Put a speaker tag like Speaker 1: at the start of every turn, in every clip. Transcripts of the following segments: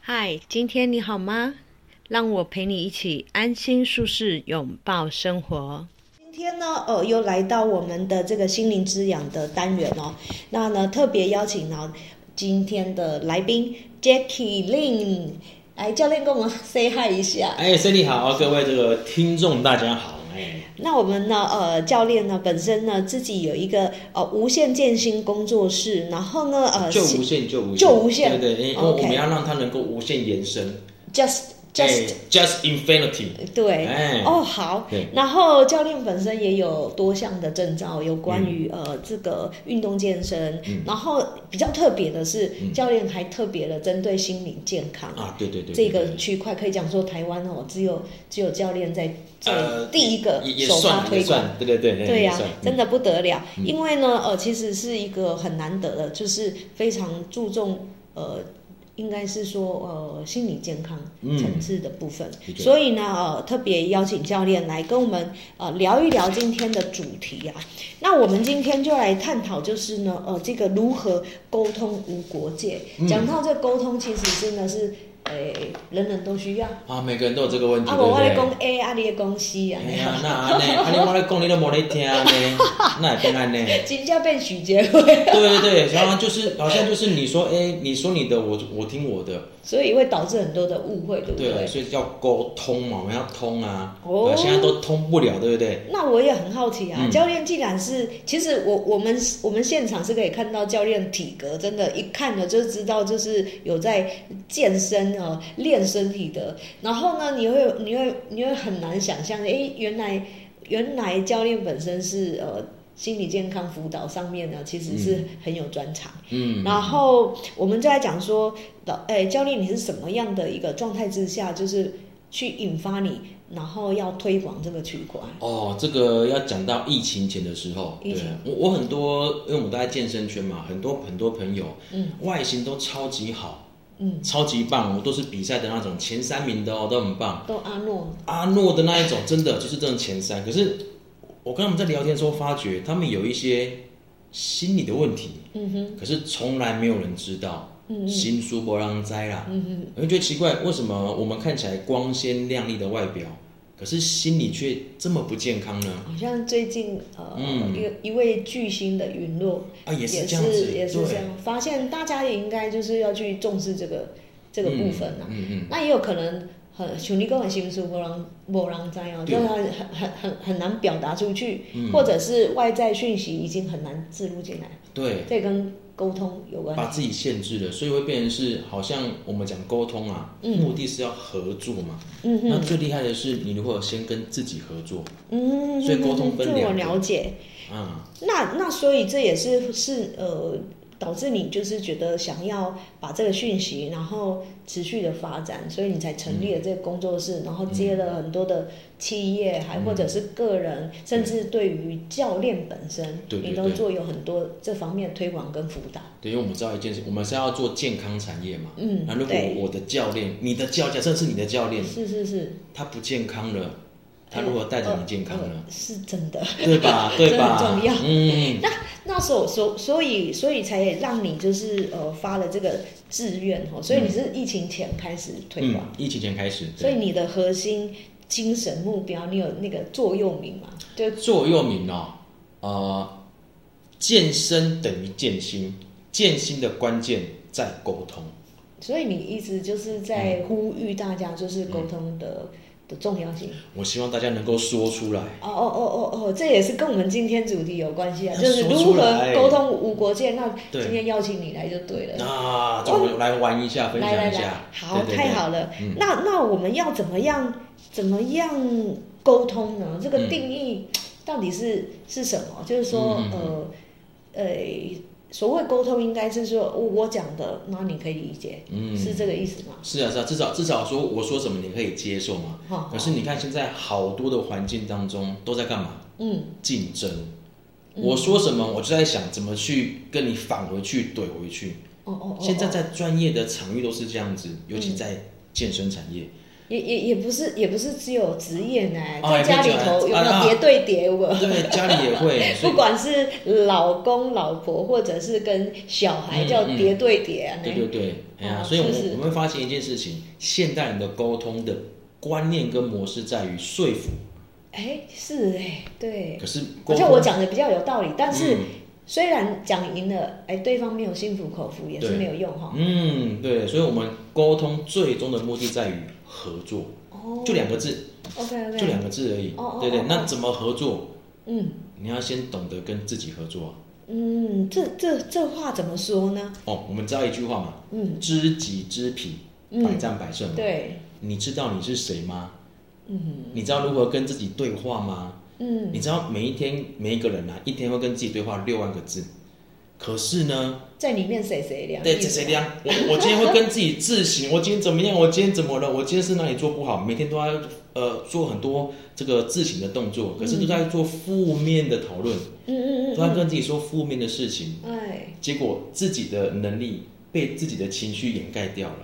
Speaker 1: 嗨，今天你好吗？让我陪你一起安心舒适拥抱生活。
Speaker 2: 今天呢，呃，又来到我们的这个心灵滋养的单元哦。那呢，特别邀请到今天的来宾 Jackie Lin，来教练跟我们 say hi 一下。
Speaker 3: 哎，森你好，各位这个听众大家好，哎，
Speaker 2: 那我们呢，呃，教练呢本身呢自己有一个呃无限健心工作室，然后呢，呃，
Speaker 3: 就无限就无限
Speaker 2: 就无限哦
Speaker 3: 对对，因为我
Speaker 2: OK
Speaker 3: 们要让它能够无限延伸
Speaker 2: just
Speaker 3: 哎
Speaker 2: just、
Speaker 3: just infinity，
Speaker 2: 对，
Speaker 3: 哎
Speaker 2: 哦好
Speaker 3: 对，
Speaker 2: 然后教练本身也有多项的证照，有
Speaker 3: 嗯
Speaker 2: 关于、呃这个运动健身，然后比较特别的是，教练还特别的针对心理健康。
Speaker 3: 嗯啊，对对对，
Speaker 2: 这
Speaker 3: 对
Speaker 2: 个区块可以讲说，台湾哦，只有只有教练在在
Speaker 3: 呃
Speaker 2: 第一个
Speaker 3: 也也
Speaker 2: 首发
Speaker 3: 算
Speaker 2: 推
Speaker 3: 也
Speaker 2: 广，
Speaker 3: 算，对对对，哎
Speaker 2: 对
Speaker 3: 也
Speaker 2: 呀、
Speaker 3: 算
Speaker 2: 真的不得了。
Speaker 3: 嗯
Speaker 2: 因为呢，呃，其实是一个很难得的，就是非常注重呃，应该是说呃心理健康
Speaker 3: 嗯
Speaker 2: 层次的部分。
Speaker 3: 的确
Speaker 2: 所以呢，呃，特别邀请教练来跟我们呃聊一聊今天的主题啊。那我们今天就来探讨，就是呢，呃，这个如何沟通无国界。
Speaker 3: 嗯
Speaker 2: 讲到这沟通，其实真的是。诶、人人都需要。啊，
Speaker 3: 啊，每个人都有这个问题，对
Speaker 2: 我
Speaker 3: 不
Speaker 2: 我来
Speaker 3: 对
Speaker 2: 讲？A，啊，你来讲 C 啊。
Speaker 3: 哎呀，那安呢？安尼我来讲，你都没来 听呢，那也变安呢？
Speaker 2: 金价被许结婚，
Speaker 3: 对对对，然后就是好像就是你说，哎，你说你的，我我听我的，
Speaker 2: 所以会导致很多的误会，对不
Speaker 3: 对，啊
Speaker 2: 对？
Speaker 3: 所以叫沟通嘛，我们要通啊，
Speaker 2: 哦
Speaker 3: 对现在都通不了，对不对？
Speaker 2: 那我也很好奇啊，
Speaker 3: 嗯
Speaker 2: 教练既然是，其实我我们我们现场是可以看到教练体格，真的，一看了就知道，就是有在健身哦，练身体的。然后呢，你会你会你会很难想象，诶，原来原来教练本身是呃心理健康辅导上面呢，其实是很有专长。
Speaker 3: 嗯，
Speaker 2: 然后我们就在讲说，老哎，教练你是什么样的一个状态之下，就是去引发你，然后要推广这个区块。
Speaker 3: 哦，这个要讲到疫情前的时候，
Speaker 2: 疫
Speaker 3: 对
Speaker 2: 情
Speaker 3: 我我很多，因为我们都在健身圈嘛，很多很多朋友，嗯，外形都超级好，
Speaker 2: 嗯，
Speaker 3: 超级棒，我都是比赛的那种前三名的哦，都很棒。
Speaker 2: 都阿诺，
Speaker 3: 阿诺的那一种，真的就是真的前三。可是我跟他们在聊天的时候，发觉他们有一些心理的问题，
Speaker 2: 嗯哼，
Speaker 3: 可是从来没有人知道。
Speaker 2: 嗯
Speaker 3: 新书波浪灾啦，
Speaker 2: 嗯哼，
Speaker 3: 我就觉得奇怪，为什么我们看起来光鲜亮丽的外表，可是心理却这么不健康呢？
Speaker 2: 好像最近呃，
Speaker 3: 嗯
Speaker 2: 一一位巨星的陨落，
Speaker 3: 啊，也
Speaker 2: 也
Speaker 3: 是
Speaker 2: 是
Speaker 3: 这样子，
Speaker 2: 也是
Speaker 3: 对
Speaker 2: 这样，发现大家也应该就是要去重视这个这个部分啊。
Speaker 3: 嗯嗯嗯，
Speaker 2: 那也有可能很兄弟跟很心术波浪波浪灾哦，就
Speaker 3: 对嗯
Speaker 2: 是很很很很难表达出去，或者是外在讯息已经很难植入进来，
Speaker 3: 对，
Speaker 2: 这跟沟通有关。
Speaker 3: 把自己限制了，所以会变成是好像我们讲沟通啊，目的是要合作嘛。
Speaker 2: 嗯
Speaker 3: 那最厉害的是你如果先跟自己合作，
Speaker 2: 嗯，
Speaker 3: 所以沟通分
Speaker 2: 这
Speaker 3: 两
Speaker 2: 我
Speaker 3: 个
Speaker 2: 了解。
Speaker 3: 啊，
Speaker 2: 那那所以这也是是呃，导致你就是觉得想要把这个讯息，然后持续的发展，所以你才成立了这个工作室，然
Speaker 3: 嗯
Speaker 2: 后接了很多的企业，还或者是个人，甚至对于教练本身，
Speaker 3: 对对
Speaker 2: 你都
Speaker 3: 对
Speaker 2: 做有很多这方面的推广跟辅导。
Speaker 3: 对，因为我们知道一件事，我们是要做健康产业嘛。
Speaker 2: 嗯
Speaker 3: 那如，果
Speaker 2: 对，
Speaker 3: 我的教练，你的教练，甚至你的教练，
Speaker 2: 是是是，
Speaker 3: 他不健康了，他如何带着你健康
Speaker 2: 呃
Speaker 3: 呢？
Speaker 2: 是真的。
Speaker 3: 对吧？对吧？
Speaker 2: 这很重要
Speaker 3: 嗯，
Speaker 2: 那那所所所以所以才让你就是呃发了这个志愿哦，所以你是疫情前开始推
Speaker 3: 嗯
Speaker 2: 广。，
Speaker 3: 疫情前开始，对
Speaker 2: 所以你的核心精神目标，你有那个座右铭吗？就
Speaker 3: 座右铭哦，呃，健身等于健心，健心的关键在沟通。
Speaker 2: 所以你一直就是在
Speaker 3: 嗯
Speaker 2: 呼吁大家，就是沟通的、的重要性。
Speaker 3: 我希望大家能够说出来，
Speaker 2: 哦哦哦哦哦，这也是跟我们今天主题有关系啊，
Speaker 3: 要
Speaker 2: 就是
Speaker 3: 说
Speaker 2: 如
Speaker 3: 出
Speaker 2: 何
Speaker 3: 来
Speaker 2: 沟通无国界。那
Speaker 3: 对
Speaker 2: 今天邀请你来就对了。
Speaker 3: 那我们来玩一下，分
Speaker 2: 来
Speaker 3: 享
Speaker 2: 来
Speaker 3: 一
Speaker 2: 来
Speaker 3: 下，，
Speaker 2: 好，
Speaker 3: 对对对
Speaker 2: 太好了。
Speaker 3: 嗯
Speaker 2: 那那我们要怎么样怎么样沟通呢？这个
Speaker 3: 嗯
Speaker 2: 定义到底是、是什么？就是说，
Speaker 3: 嗯嗯
Speaker 2: 呃呃，所谓沟通，应该是说我我讲的，然后你可以理解，
Speaker 3: 嗯
Speaker 2: 是这个意思吗？
Speaker 3: 是啊是啊，至少至少说我说什么你可以接受嘛。
Speaker 2: 好
Speaker 3: 可是你看现在好多的环境当中都在干嘛？
Speaker 2: 嗯，
Speaker 3: 竞争。我说什么，我就在想怎么去跟你返回去、怼回去。
Speaker 2: 哦哦哦，嗯
Speaker 3: 现在
Speaker 2: 哦
Speaker 3: 在专业的场域都是这样子，尤其在健身产业，
Speaker 2: 也也也不是也不是只有职业呢，
Speaker 3: 啊
Speaker 2: 在家里头有
Speaker 3: 也会这
Speaker 2: 没
Speaker 3: 样啊
Speaker 2: 有叠对叠？我、
Speaker 3: 哦对，家里也会，所
Speaker 2: 不
Speaker 3: 以
Speaker 2: 管是老公、老婆，或者是跟小孩，
Speaker 3: 嗯
Speaker 2: 叫
Speaker 3: 嗯
Speaker 2: 叠对叠啊。
Speaker 3: 对对对，哎呀，
Speaker 2: 哦
Speaker 3: 所以我们
Speaker 2: 是是
Speaker 3: 我们会发现一件事情，现代人的沟通的观念跟模式在于说服，
Speaker 2: 哎，是哎，对
Speaker 3: 可。是
Speaker 2: 而
Speaker 3: 沟
Speaker 2: 且我
Speaker 3: 通，
Speaker 2: 讲的比较有道理，但是
Speaker 3: 嗯
Speaker 2: 虽然讲赢了，哎，对方没有心服口服也是
Speaker 3: 对
Speaker 2: 没有用哈。
Speaker 3: 嗯，对，所以我们沟通最终的目的在于合作，
Speaker 2: 哦
Speaker 3: 嗯就两个字，
Speaker 2: ，OK OK，
Speaker 3: 就两个字而已
Speaker 2: 哦哦，哦
Speaker 3: 对对
Speaker 2: 哦，
Speaker 3: 那怎么合作？
Speaker 2: 嗯
Speaker 3: 你要先懂得跟自己合作啊。
Speaker 2: 嗯，这这这话怎么说呢？
Speaker 3: 哦，我们知道一句话嘛，
Speaker 2: 嗯，
Speaker 3: 知己知彼，
Speaker 2: 嗯
Speaker 3: 百战百胜嘛。
Speaker 2: 对，
Speaker 3: 你知道你是谁吗？
Speaker 2: 嗯
Speaker 3: 你知道如何跟自己对话吗？
Speaker 2: 嗯，
Speaker 3: 你知道每一天每一个人啊，一天会跟自己对话六万个字。可是呢，
Speaker 2: 在里面谁谁凉，
Speaker 3: 对
Speaker 2: 你
Speaker 3: 这谁
Speaker 2: 谁
Speaker 3: 这样，我我今天会跟自己自省，我今天怎么样，我今天怎么了，我今天是哪里做不好，每天都要呃做很多这个自省的动作，可是都在做负面的讨论，
Speaker 2: 嗯嗯
Speaker 3: 都在跟自己说负面的事情，
Speaker 2: 嗯，哎，
Speaker 3: 结果自己的能力被自己的情绪掩盖掉了。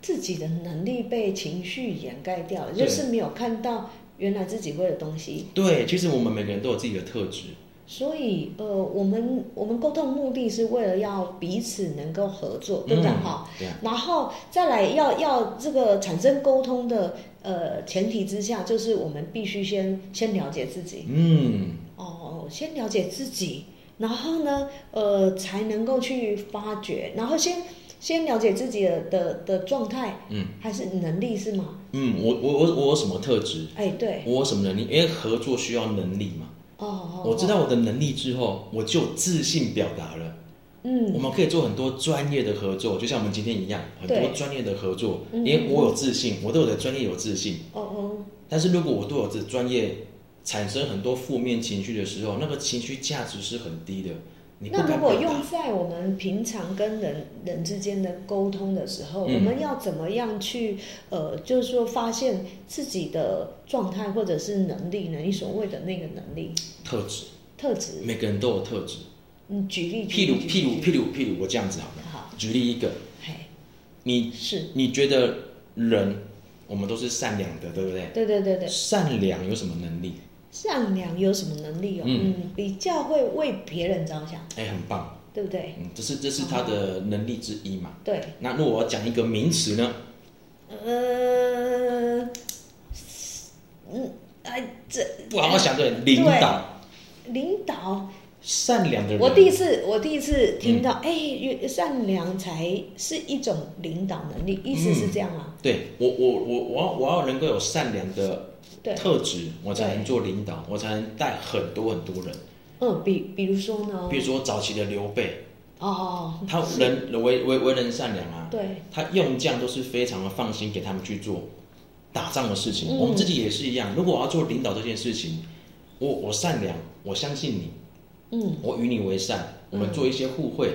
Speaker 2: 自己的能力被情绪掩盖掉了，
Speaker 3: 对
Speaker 2: 就是没有看到原来自己会的东西。
Speaker 3: 对，其实我们每个人都有自己的特质，
Speaker 2: 所以，呃，我们我们沟通目的是为了要彼此能够合作，对不对？哈、
Speaker 3: 嗯，对啊，
Speaker 2: 然后再来要要这个产生沟通的呃前提之下，就是我们必须先先了解自己
Speaker 3: 嗯，
Speaker 2: 哦，先了解自己，然后呢呃才能够去发掘，然后先先了解自己的的的状态，
Speaker 3: 嗯，
Speaker 2: 还是能力是吗？
Speaker 3: 嗯，我我我我有什么特质？
Speaker 2: 哎，对，
Speaker 3: 我有什么能力？因为合作需要能力嘛。
Speaker 2: 哦哦，
Speaker 3: 我知
Speaker 2: 哦，
Speaker 3: 道我的能力之后，我就自信表达了。我
Speaker 2: 嗯
Speaker 3: 们可以做很多专业的合作，就像我们今天一样，很
Speaker 2: 对
Speaker 3: 多专业的合作。
Speaker 2: 嗯
Speaker 3: 因为我有自信，我对我的专业有自信。
Speaker 2: 哦哦，
Speaker 3: 但是如果我对我的专业产生很多负面情绪的时候，那个情绪价值是很低的。你不
Speaker 2: 那如
Speaker 3: 敢
Speaker 2: 果
Speaker 3: 表达
Speaker 2: 用在我们平常跟人人之间的沟通的时候，
Speaker 3: 嗯
Speaker 2: 我们要怎么样去呃，就是说发现自己的状态或者是能力呢？你所谓的那个能力
Speaker 3: 特质，
Speaker 2: 特质，
Speaker 3: 每个人都有特质。
Speaker 2: 你举例，
Speaker 3: 譬如譬如
Speaker 2: 如，
Speaker 3: 譬如譬如，我这样子好了，
Speaker 2: 好，
Speaker 3: 举例一个，
Speaker 2: 嘿，
Speaker 3: 你
Speaker 2: 是，
Speaker 3: 你觉得人我们都是善良的，对不对？
Speaker 2: 对对对对，
Speaker 3: 善良有什么能力？
Speaker 2: 善良有什么能力哦？
Speaker 3: 嗯
Speaker 2: 嗯，比较会为别人着想，
Speaker 3: 哎，很棒，
Speaker 2: 对不对？
Speaker 3: 嗯，这是这是他的能力之一嘛。
Speaker 2: 对，
Speaker 3: 那如果我要讲一个名词呢？
Speaker 2: 呃，嗯，哎，这
Speaker 3: 不好好想对，领导，
Speaker 2: 领导。
Speaker 3: 善良的人。
Speaker 2: 我第一次，我第一次听
Speaker 3: 嗯
Speaker 2: 到，哎、原善良才是一种领导能力，意思是这样啊吗？
Speaker 3: 对我我我我要我要能够有善良的
Speaker 2: 对，
Speaker 3: 特质，我才能做领导，我才能带很多很多人。
Speaker 2: 嗯，比比如说呢，
Speaker 3: 比如说早期的刘备，
Speaker 2: 哦，
Speaker 3: 他
Speaker 2: 是，
Speaker 3: 人为为为人善良啊，
Speaker 2: 对，
Speaker 3: 他用将都是非常的放心给他们去做打仗的事情。
Speaker 2: 嗯
Speaker 3: 我们自己也是一样，如果我要做领导这件事情，我我善良，我相信你，
Speaker 2: 嗯，
Speaker 3: 我与你为善，我们做一些互惠，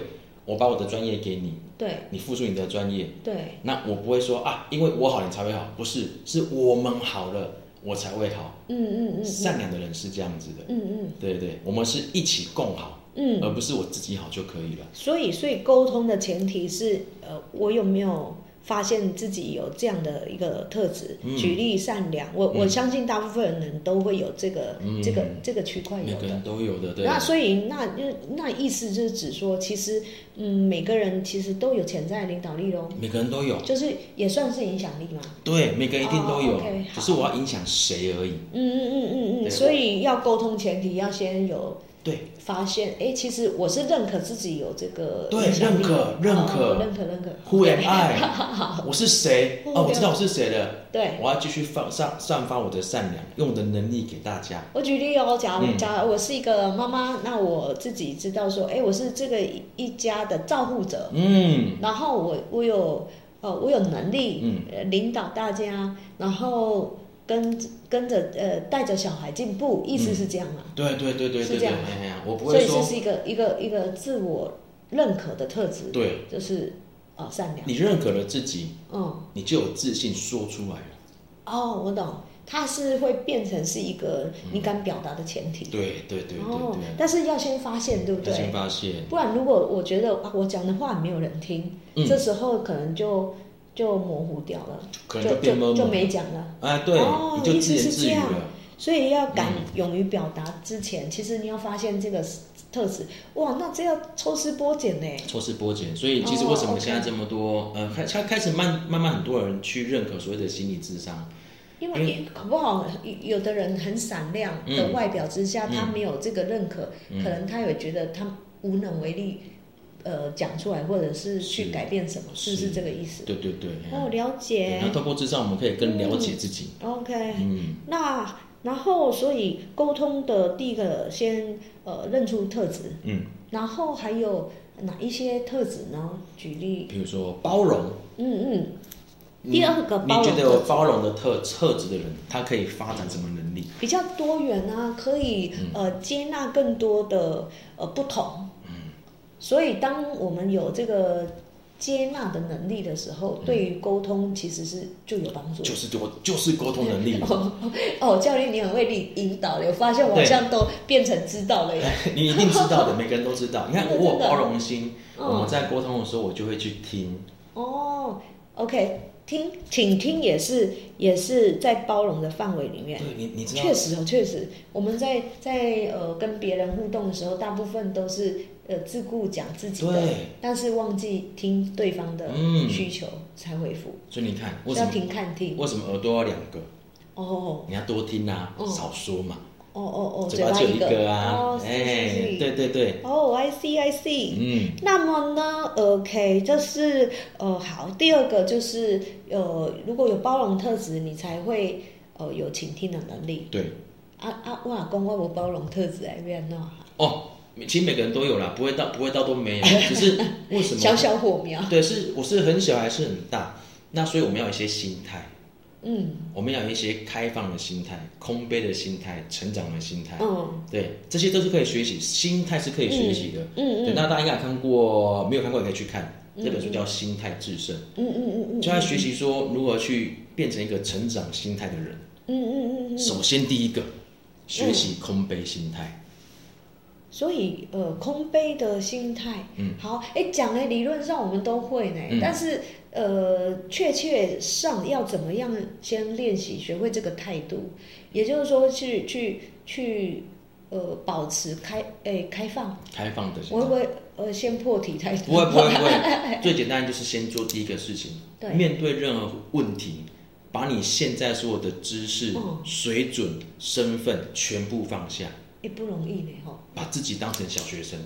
Speaker 3: 我把我的专业给你，
Speaker 2: 对
Speaker 3: 你付出你的专业，
Speaker 2: 对，
Speaker 3: 那我不会说啊，因为我好你才会好，不是，是我们好了我才会好。
Speaker 2: 嗯嗯嗯，
Speaker 3: 善良的人是这样子的，
Speaker 2: 嗯
Speaker 3: 对对，我们是一起共好，
Speaker 2: 嗯嗯，
Speaker 3: 而不是我自己好就可以了。
Speaker 2: 所以所以沟通的前提是，呃，我有没有？发现自己有这样的一个特质，
Speaker 3: 嗯
Speaker 2: 举例善良，我、我相信大部分人都会有这个、
Speaker 3: 嗯
Speaker 2: 这个这个区块
Speaker 3: 每
Speaker 2: 有
Speaker 3: 个
Speaker 2: 的
Speaker 3: 人，都有的，对。
Speaker 2: 那所以那就那意思就是指说，其实嗯，每个人其实都有潜在的领导力喽，
Speaker 3: 每个人都有，
Speaker 2: 就是也算是影响力嘛。
Speaker 3: 对，每个人一定都有，
Speaker 2: 哦，OK，好
Speaker 3: 只是我要影响谁而已。
Speaker 2: 嗯嗯嗯嗯嗯，
Speaker 3: 对
Speaker 2: 所以要沟通前提要先有
Speaker 3: 对，
Speaker 2: 发现，哎，其实我是认可自己有这个
Speaker 3: 对
Speaker 2: 影响力
Speaker 3: 认可
Speaker 2: 哦
Speaker 3: 认可
Speaker 2: 哦认可认可
Speaker 3: Who am I？我是谁？
Speaker 2: 嗯
Speaker 3: 哦，我知道我是谁了。
Speaker 2: 对。
Speaker 3: 我要继续放散散发我的善良，用我的能力给大家。
Speaker 2: 我举例哦，假如
Speaker 3: 嗯
Speaker 2: 假如我是一个妈妈，那我自己知道说，哎，我是这个一家的照护者，
Speaker 3: 嗯，
Speaker 2: 然后我我有呃我有能力、
Speaker 3: 嗯
Speaker 2: 呃、领导大家，然后跟跟着呃带着小孩进步，意思是这样嘛？
Speaker 3: 对对对对
Speaker 2: 是这
Speaker 3: 对对，
Speaker 2: 样
Speaker 3: 哎呀，我不
Speaker 2: 所
Speaker 3: 会
Speaker 2: 以这
Speaker 3: 说
Speaker 2: 是一个一个一个自我认可的特质，
Speaker 3: 对，
Speaker 2: 就是哦善良，
Speaker 3: 你认可了自己，
Speaker 2: 嗯
Speaker 3: 你就有自信说出来了。
Speaker 2: 哦我懂，它是会变成是一个你敢表达的前提，
Speaker 3: 嗯对对对对
Speaker 2: 哦，
Speaker 3: 对，
Speaker 2: 但是要先发现，对不
Speaker 3: 要先
Speaker 2: 对？
Speaker 3: 发现，
Speaker 2: 不然如果我觉得啊我讲的话没有人听，
Speaker 3: 嗯
Speaker 2: 这时候可能就就模糊掉了，
Speaker 3: 可能
Speaker 2: 就
Speaker 3: 就变
Speaker 2: 就
Speaker 3: 闷
Speaker 2: 就
Speaker 3: 了
Speaker 2: 没讲了。
Speaker 3: 哎，对，
Speaker 2: 哦
Speaker 3: 你就自
Speaker 2: 意思
Speaker 3: 言
Speaker 2: 是
Speaker 3: 自语
Speaker 2: 这样
Speaker 3: 了。
Speaker 2: 所以要敢
Speaker 3: 嗯
Speaker 2: 勇于表达之前，其实你要发现这个特质，哇，那这要抽丝剥茧呢。
Speaker 3: 抽丝剥茧，所以其实为什
Speaker 2: 哦
Speaker 3: 么
Speaker 2: ，OK
Speaker 3: 现在这么多，呃，开现在开始慢慢慢很多人去认可所谓的心理智商，
Speaker 2: 因
Speaker 3: 嗯
Speaker 2: 为也搞不好有的人很闪亮的外表之下，
Speaker 3: 嗯
Speaker 2: 他没有这个认可，
Speaker 3: 嗯
Speaker 2: 可能他也觉得他无能为力，呃，讲出来或者是去
Speaker 3: 是
Speaker 2: 改变什么，是不是
Speaker 3: 是
Speaker 2: 这个意思？
Speaker 3: 对对对，哎
Speaker 2: 哦，了
Speaker 3: 嗯对
Speaker 2: 解
Speaker 3: 然后。透过智商我们可以更了解自己，
Speaker 2: OK，
Speaker 3: 嗯，
Speaker 2: 那然后所以沟通的第一个先呃认出特质，
Speaker 3: 嗯，
Speaker 2: 然后还有哪一些特质呢？举例，
Speaker 3: 嗯比如说包容，
Speaker 2: 嗯嗯，第二个
Speaker 3: 你
Speaker 2: 包
Speaker 3: 觉
Speaker 2: 容
Speaker 3: 得有
Speaker 2: 的
Speaker 3: 包容的特特质的人，他可以发展什么能力？
Speaker 2: 比较多元啊，可以
Speaker 3: 嗯
Speaker 2: 呃接纳更多的呃不同。
Speaker 3: 嗯
Speaker 2: 所以当我们有这个接纳的能力的时候，对于沟通其实是就有帮助的。
Speaker 3: 嗯就是我就是沟通能力，
Speaker 2: 哦，教练，你很会引引导的，我发现我好
Speaker 3: 对
Speaker 2: 像都变成知道了耶。
Speaker 3: 哎你一定知道的，每个人都知道。 你看
Speaker 2: 真的
Speaker 3: 我有
Speaker 2: 真的
Speaker 3: 包容心，
Speaker 2: 嗯
Speaker 3: 我们在沟通的时候，我就会去听，
Speaker 2: 哦，OK，听，请听也是也是在包容的范围里面
Speaker 3: 对。你你知道
Speaker 2: 确实哦，确实，我们在在呃跟别人互动的时候，大部分都是呃自顾讲自己的
Speaker 3: 对，
Speaker 2: 但是忘记听对方的
Speaker 3: 嗯
Speaker 2: 需求才回复，
Speaker 3: 所以你看，为
Speaker 2: 是
Speaker 3: 什
Speaker 2: 要
Speaker 3: 么
Speaker 2: 听看听。
Speaker 3: 为什么耳朵要两个？
Speaker 2: 哦
Speaker 3: 你要多听啊，
Speaker 2: 嗯
Speaker 3: 少说嘛，
Speaker 2: 哦哦哦，
Speaker 3: 嘴巴只有一
Speaker 2: 一
Speaker 3: 个啊
Speaker 2: 哦，，是是
Speaker 3: 哎，
Speaker 2: 是，
Speaker 3: 对对对，
Speaker 2: 哦，I see I see，
Speaker 3: 嗯，
Speaker 2: 那么呢，OK，这是呃好，第二个就是呃，如果有包容特质，你才会呃有倾听的能力。
Speaker 3: 对，
Speaker 2: 啊啊，我老公我无包容特质哎，变喏，
Speaker 3: 哦，其实每个人都有啦，不会到不会到都没 有，只是为什么？
Speaker 2: 小小火苗，
Speaker 3: 对，是我是很小还是很大？那所以我们要有一些心态，
Speaker 2: 嗯
Speaker 3: 我们要有一些开放的心态、空杯的心态、成长的心态，
Speaker 2: 嗯
Speaker 3: 对，这些都是可以学习，心态是可以学习的。
Speaker 2: 嗯嗯嗯
Speaker 3: 对，那大家应该有看过，没有看过也可以去看
Speaker 2: 嗯
Speaker 3: 这本书，叫《心态制胜
Speaker 2: 嗯嗯嗯》，
Speaker 3: 就在学习说如何去变成一个成长心态的人。
Speaker 2: 嗯嗯嗯嗯，
Speaker 3: 首先第一个，学习空杯心态。
Speaker 2: 所以呃，空杯的心态，
Speaker 3: 嗯，
Speaker 2: 好，哎，讲的理论上我们都会呢，
Speaker 3: 嗯
Speaker 2: 但是呃，确切上要怎么样先练习学会这个态度，也就是说去去去呃，保持开诶开放，
Speaker 3: 开放的心
Speaker 2: 我会
Speaker 3: 态
Speaker 2: 不。会呃先破题态度？
Speaker 3: 不会不会不 会，最简单就是先做第一个事情
Speaker 2: 对，
Speaker 3: 面对任何问题，把你现在所有的知识、
Speaker 2: 嗯
Speaker 3: 水准、身份全部放下，
Speaker 2: 也不容易呢哈。
Speaker 3: 把自己当成小学生，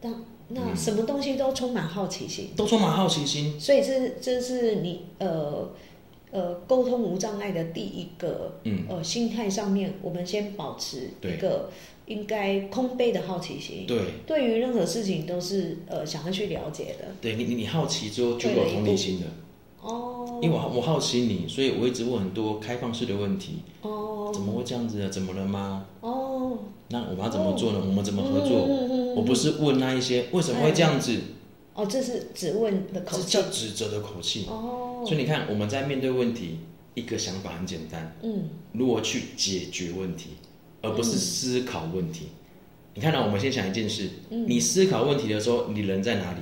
Speaker 2: 但
Speaker 3: 嗯
Speaker 2: 那什么东西都充满好奇心，
Speaker 3: 都充满好奇心。
Speaker 2: 所以这这是你呃呃沟通无障碍的第一个
Speaker 3: 嗯，
Speaker 2: 呃心态上面，我们先保持一
Speaker 3: 对
Speaker 2: 个应该空杯的好奇心，
Speaker 3: 对
Speaker 2: 对于任何事情都是呃想要去了解的。
Speaker 3: 对，你你你好奇之后就有同理心了，
Speaker 2: 哦，
Speaker 3: 因为我好我好奇你，所以我一直问很多开放式的问题，
Speaker 2: 哦
Speaker 3: 怎么会这样子啊？怎么了吗？
Speaker 2: 哦，
Speaker 3: 那我们要怎么做呢？我们怎么合作？
Speaker 2: 嗯嗯嗯嗯
Speaker 3: 我不是问那一些为什么会这样子，
Speaker 2: 哦，这是只问的口
Speaker 3: 这
Speaker 2: 气
Speaker 3: 叫指责的口气。
Speaker 2: 哦，
Speaker 3: 所以你看，我们在面对问题，一个想法很简单，
Speaker 2: 嗯
Speaker 3: 如何去解决问题，而不是思考问题。你看到、啊我们先想一件事，
Speaker 2: 嗯
Speaker 3: 你思考问题的时候，你人在哪里？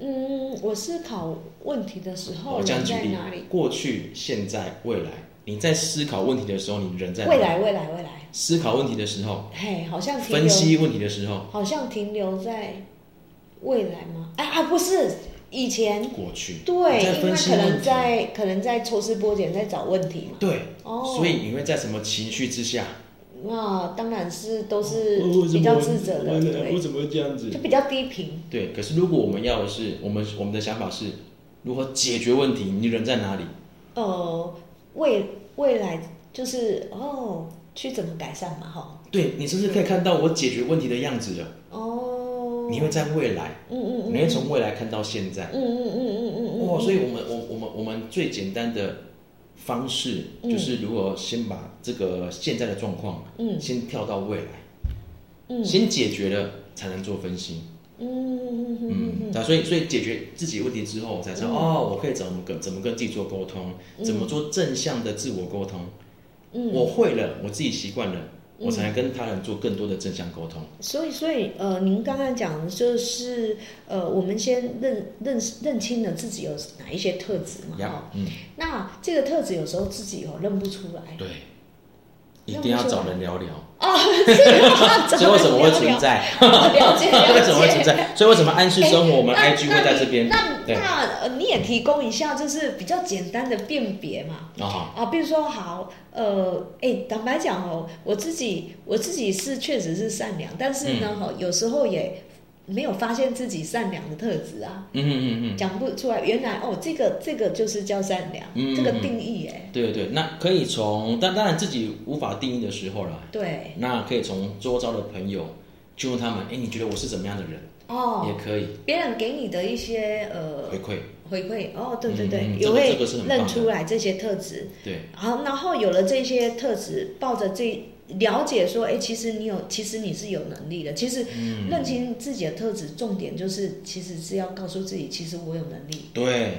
Speaker 2: 嗯，我思考问题的时候
Speaker 3: 我这样
Speaker 2: 人
Speaker 3: 举
Speaker 2: 在
Speaker 3: 例
Speaker 2: 哪里？，
Speaker 3: 过去、现在、未来，你在思考问题的时候，你人在哪里
Speaker 2: 未来未来未来，
Speaker 3: 思考问题的时候，
Speaker 2: 嘿，好像停
Speaker 3: 分
Speaker 2: 留
Speaker 3: 析问题的时候，
Speaker 2: 好像停留在未来吗？啊啊，不是，以前
Speaker 3: 过去，你
Speaker 2: 对，
Speaker 3: 在
Speaker 2: 因为
Speaker 3: 分析
Speaker 2: 可
Speaker 3: 问
Speaker 2: 能
Speaker 3: 题，
Speaker 2: 在可能在抽丝剥茧，在找问题嘛。
Speaker 3: 对，
Speaker 2: 哦
Speaker 3: 所以你会在什么情绪之下？
Speaker 2: 那当然是都是
Speaker 3: 我哦为什么
Speaker 2: 比较自责
Speaker 3: 我
Speaker 2: 的，
Speaker 3: 我
Speaker 2: 对，
Speaker 3: 怎么会这样子
Speaker 2: 就比较低频。
Speaker 3: 对，可是如果我们要的是，我们我们的想法是如何解决问题，你人在哪里？
Speaker 2: 呃，未未来就是哦，去怎么改善嘛，哈。
Speaker 3: 对你甚至可以看到我解决问题的样子了。
Speaker 2: 哦，
Speaker 3: 你会在未来，
Speaker 2: 嗯嗯嗯，
Speaker 3: 你会从未来看到现在。哦
Speaker 2: 嗯嗯嗯嗯嗯嗯，
Speaker 3: 哇，所以我们我我们我们最简单的方式
Speaker 2: 嗯
Speaker 3: 就是如何先把这个现在的状况，
Speaker 2: 嗯
Speaker 3: 先跳到未来，
Speaker 2: 嗯
Speaker 3: 先解决了才能做分析。
Speaker 2: 嗯嗯嗯嗯
Speaker 3: 嗯，
Speaker 2: 嗯
Speaker 3: 那所以所以解决自己问题之后，我才知道、
Speaker 2: 嗯
Speaker 3: 哦，我可以怎么跟怎么跟自己做沟通，
Speaker 2: 嗯
Speaker 3: 怎么做正向的自我沟通。
Speaker 2: 嗯，
Speaker 3: 我会了，我自己习惯了，我才能跟他人做更多的正向沟通。
Speaker 2: 所以，所以，呃，您刚刚讲就是，呃，我们先认认识认清了自己有哪一些特质嘛，
Speaker 3: 呀、
Speaker 2: 哈、
Speaker 3: 嗯，
Speaker 2: 那这个特质有时候自己哦认不出来，
Speaker 3: 对，一定要找人聊聊。
Speaker 2: 所
Speaker 3: 所以为什么会存？在？
Speaker 2: 了解 了解。
Speaker 3: 为什么会存在？所以为什么安适生 活我们
Speaker 2: 哎
Speaker 3: IG 会在这边？
Speaker 2: 那
Speaker 3: 对啊，
Speaker 2: 那呃，你也提供一下，就是比较简单的辨别嘛。
Speaker 3: 哦好
Speaker 2: 啊，比如说好，呃，哎，坦白讲哦，我自己我自己是确实是善良，但是
Speaker 3: 嗯
Speaker 2: 呢，哈、有时候也没有发现自己善良的特质啊，
Speaker 3: 嗯嗯嗯嗯，
Speaker 2: 讲不出来。原来哦，这个这个就是叫善良，
Speaker 3: 嗯
Speaker 2: 这个定义哎，
Speaker 3: 对对对，那可以从，但当然自己无法定义的时候啦，
Speaker 2: 对，
Speaker 3: 那可以从周遭的朋友就问他们，哎，你觉得我是怎么样的人？也
Speaker 2: 哦，
Speaker 3: 可以
Speaker 2: 别人给你的一些呃
Speaker 3: 回馈，
Speaker 2: 回馈，哦，对对对，
Speaker 3: 嗯嗯
Speaker 2: 也
Speaker 3: 这个
Speaker 2: 会
Speaker 3: 这个是很棒的
Speaker 2: 认出来这些特质。
Speaker 3: 对，
Speaker 2: 好，然后有了这些特质，抱着这了解说，哎，其实你有，其实你是有能力的。其实
Speaker 3: 嗯，
Speaker 2: 认清自己的特质，重点就是其实是要告诉自己，其实我有能力，
Speaker 3: 对，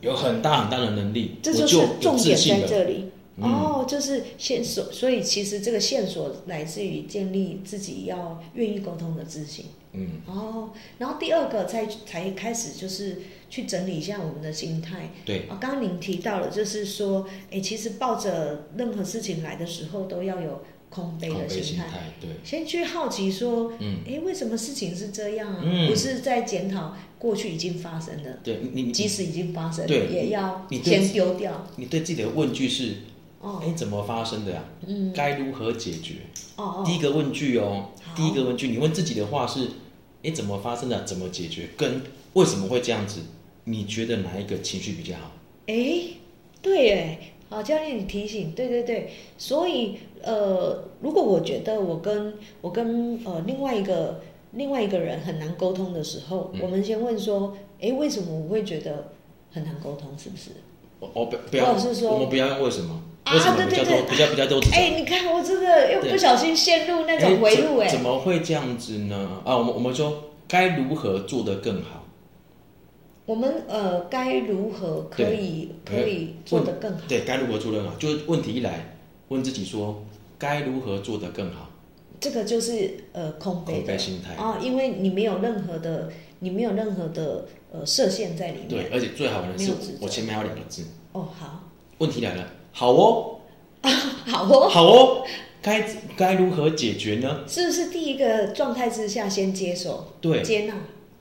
Speaker 3: 有很大很大的能力，
Speaker 2: 这
Speaker 3: 我
Speaker 2: 就是
Speaker 3: 就有
Speaker 2: 重
Speaker 3: 自
Speaker 2: 点
Speaker 3: 信
Speaker 2: 在
Speaker 3: 了。
Speaker 2: 这里。
Speaker 3: 嗯
Speaker 2: 哦，就是线索，所以其实这个线索来自于建立自己要愿意沟通的自信。
Speaker 3: 嗯，
Speaker 2: 哦，然后第二个才才开始就是去整理一下我们的心态，
Speaker 3: 对，
Speaker 2: 啊，刚刚您提到了，就是说，哎，其实抱着任何事情来的时候，都要有空杯
Speaker 3: 口
Speaker 2: 的
Speaker 3: 碑
Speaker 2: 心
Speaker 3: 心
Speaker 2: 态，
Speaker 3: 态，对，
Speaker 2: 先去好奇说，
Speaker 3: 嗯，
Speaker 2: 哎，为什么事情是这样啊？
Speaker 3: 嗯
Speaker 2: 不是在检讨过去已经发生的，
Speaker 3: 对你你
Speaker 2: 即
Speaker 3: 你
Speaker 2: 使已经发生了，
Speaker 3: 对
Speaker 2: 也要
Speaker 3: 你对
Speaker 2: 先丢掉。
Speaker 3: 你对自己的问句是，
Speaker 2: 哦
Speaker 3: 哎，怎么发生的呀？
Speaker 2: 嗯，
Speaker 3: 该如何解决？
Speaker 2: 哦哦，
Speaker 3: 第一个问句哦，
Speaker 2: 好
Speaker 3: 第一个问句，你问自己的话是：哎，怎么发生的？怎么解决？跟为什么会这样子？你觉得哪一个情绪比较好？
Speaker 2: 哎，对，哎，好，教练你提醒，对对对，所以呃，如果我觉得我跟我跟呃另外一个另外一个人很难沟通的时候，
Speaker 3: 嗯
Speaker 2: 我们先问说，哎，为什么我会觉得很难沟通？是不是？
Speaker 3: 我我哦不不要，
Speaker 2: 或者是说
Speaker 3: 我们不要用为什么？
Speaker 2: 啊
Speaker 3: 为什么
Speaker 2: 对
Speaker 3: 比较
Speaker 2: 对
Speaker 3: 多？
Speaker 2: 对
Speaker 3: 比较比较多这种？
Speaker 2: 哎，你看我这个又
Speaker 3: 对
Speaker 2: 不小心陷入那种
Speaker 3: 诶
Speaker 2: 回路，
Speaker 3: 怎
Speaker 2: 哎
Speaker 3: 怎，么会这样子呢？啊，我们我们说该如何做得更好？
Speaker 2: 我们呃该如何可以
Speaker 3: 对
Speaker 2: 可以做得更好？
Speaker 3: 对，该如何做得更好？就是问题一来，问自己说该如何做得更好？
Speaker 2: 这个就是呃空杯
Speaker 3: 口
Speaker 2: 的
Speaker 3: 碑心态。
Speaker 2: 哦，因为你没有任何的你没有任何的呃设限在里面。
Speaker 3: 对，而且最好玩的是
Speaker 2: 没有指责，
Speaker 3: 我前面还有两个字。
Speaker 2: 哦，好，
Speaker 3: 问题来了，好哦，
Speaker 2: 好哦，
Speaker 3: 好哦，该该如何解决呢？
Speaker 2: 是不是第一个状态之下先接受、
Speaker 3: 对，
Speaker 2: 接纳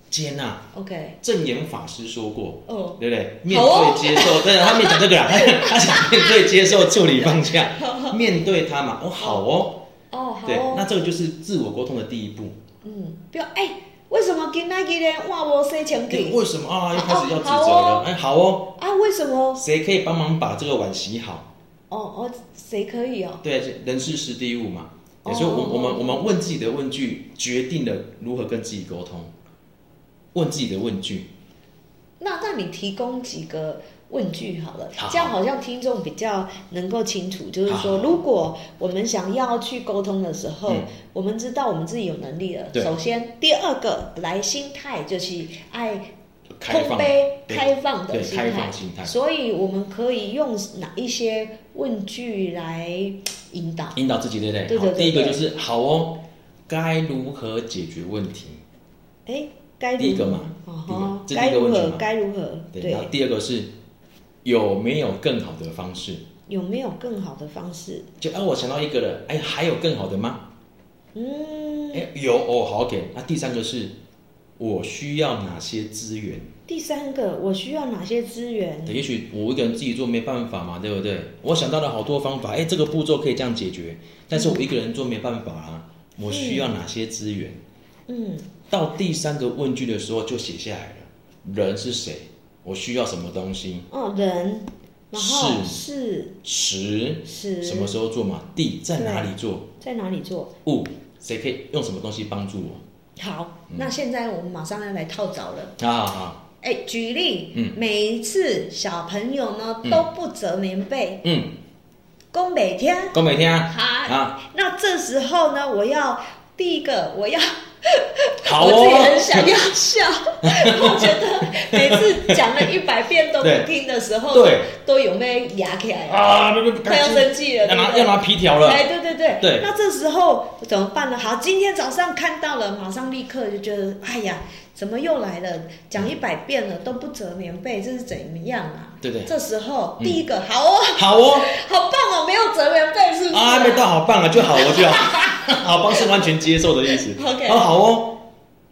Speaker 3: 接纳。
Speaker 2: ？OK，
Speaker 3: 正言法师说过，
Speaker 2: 哦，
Speaker 3: 对不对？面
Speaker 2: 好哦
Speaker 3: 对接受，对，他没讲这 个啦，他想面对接受，处理放下，面对他嘛。哦，好哦，
Speaker 2: 哦，好
Speaker 3: 对，那
Speaker 2: 哦，
Speaker 3: 这个就是自我沟通的第一步。
Speaker 2: 嗯，不要哎、为什么今天今天哇我塞钱
Speaker 3: 哎，
Speaker 2: 给
Speaker 3: 为什么啊？又开始要指责
Speaker 2: 好
Speaker 3: 了
Speaker 2: 哦。
Speaker 3: 哎，好哦，
Speaker 2: 啊？为什么？
Speaker 3: 谁可以帮忙把这个碗洗好？
Speaker 2: 哦哦，谁可以哦？
Speaker 3: 对，人事实地物嘛。
Speaker 2: 哦
Speaker 3: 也所以，我我们我们问自己的问句，决定了如何跟自己沟通。问自己的问句，
Speaker 2: 那那你提供几个问句好了，
Speaker 3: 好
Speaker 2: 这样好像听众比较能够清楚，就是
Speaker 3: 好
Speaker 2: 说，如果我们想要去沟通的时候，
Speaker 3: 嗯
Speaker 2: 我们知道我们自己有能力了。
Speaker 3: 对
Speaker 2: 首先，第二个来心态就是爱
Speaker 3: 开
Speaker 2: 空
Speaker 3: 放，
Speaker 2: 杯
Speaker 3: 对
Speaker 2: 开放的
Speaker 3: 对，
Speaker 2: 心
Speaker 3: 开
Speaker 2: 态
Speaker 3: 放。心态，
Speaker 2: 所以我们可以用哪一些问句来引导？
Speaker 3: 引导自己，对不对？
Speaker 2: 对对
Speaker 3: 好
Speaker 2: 对
Speaker 3: 第一个
Speaker 2: 对
Speaker 3: 就是好哦，该如何解决问题？
Speaker 2: 哎，该如何
Speaker 3: 第一个嘛
Speaker 2: 哦
Speaker 3: 第一个这
Speaker 2: 该
Speaker 3: 第一个
Speaker 2: 如
Speaker 3: 问题
Speaker 2: 何
Speaker 3: 嘛？
Speaker 2: 该如何？
Speaker 3: 对，然后第二个是有没有更好的方式？
Speaker 2: 有没有更好的方式？
Speaker 3: 就啊，我想到一个了，哎，还有更好的吗？
Speaker 2: 嗯，
Speaker 3: 哎，有哦，好给。那第三个是我需要哪些资源？
Speaker 2: 第三个，我需要哪些资源？
Speaker 3: 对也许我一个人自己做没办法嘛，对不对？我想到了好多方法，哎，这个步骤可以这样解决，但是我一个人做没办法啊，我需要哪些资源？
Speaker 2: 嗯，
Speaker 3: 到第三个问句的时候就写下来了，人是谁？我需要什么东西？
Speaker 2: 哦，人，然后是
Speaker 3: 时
Speaker 2: 是
Speaker 3: 什么时候做嘛？地在哪里做？
Speaker 2: 在哪里做？
Speaker 3: 物谁可以用什么东西帮助我？
Speaker 2: 好，
Speaker 3: 嗯
Speaker 2: 那现在我们马上要来套招了。
Speaker 3: 啊，好，
Speaker 2: 哎，举例，
Speaker 3: 嗯
Speaker 2: 每一次小朋友呢
Speaker 3: 嗯
Speaker 2: 都不折棉被，
Speaker 3: 嗯，
Speaker 2: 供每天。
Speaker 3: 讲每天啊，
Speaker 2: 好，
Speaker 3: 啊，
Speaker 2: 那这时候呢，我要第一个我要
Speaker 3: 好
Speaker 2: 我自己很
Speaker 3: 哦，
Speaker 2: 想要笑， 我觉得每次讲了一百遍都不
Speaker 3: 对
Speaker 2: 听的时候，
Speaker 3: 对，
Speaker 2: 都有没牙起来啊？
Speaker 3: 啊，不不不
Speaker 2: 快要生气了，
Speaker 3: 要
Speaker 2: 对不
Speaker 3: 拿
Speaker 2: 对
Speaker 3: 要拿皮条了，
Speaker 2: 哎，对对对，
Speaker 3: 对
Speaker 2: 那这时候怎么办呢？好，今天早上看到了，马上立刻就觉得，哎呀，怎么又来了？讲一百遍了都不折棉被，这是怎么样啊？
Speaker 3: 对对，
Speaker 2: 这时候
Speaker 3: 嗯
Speaker 2: 第一个、好哦，
Speaker 3: 好哦，
Speaker 2: 好棒哦，没有折棉被是不是？
Speaker 3: 啊，没到好棒啊，就好哦，就好， 好棒是完全接受的意思。
Speaker 2: OK
Speaker 3: 哦，好哦，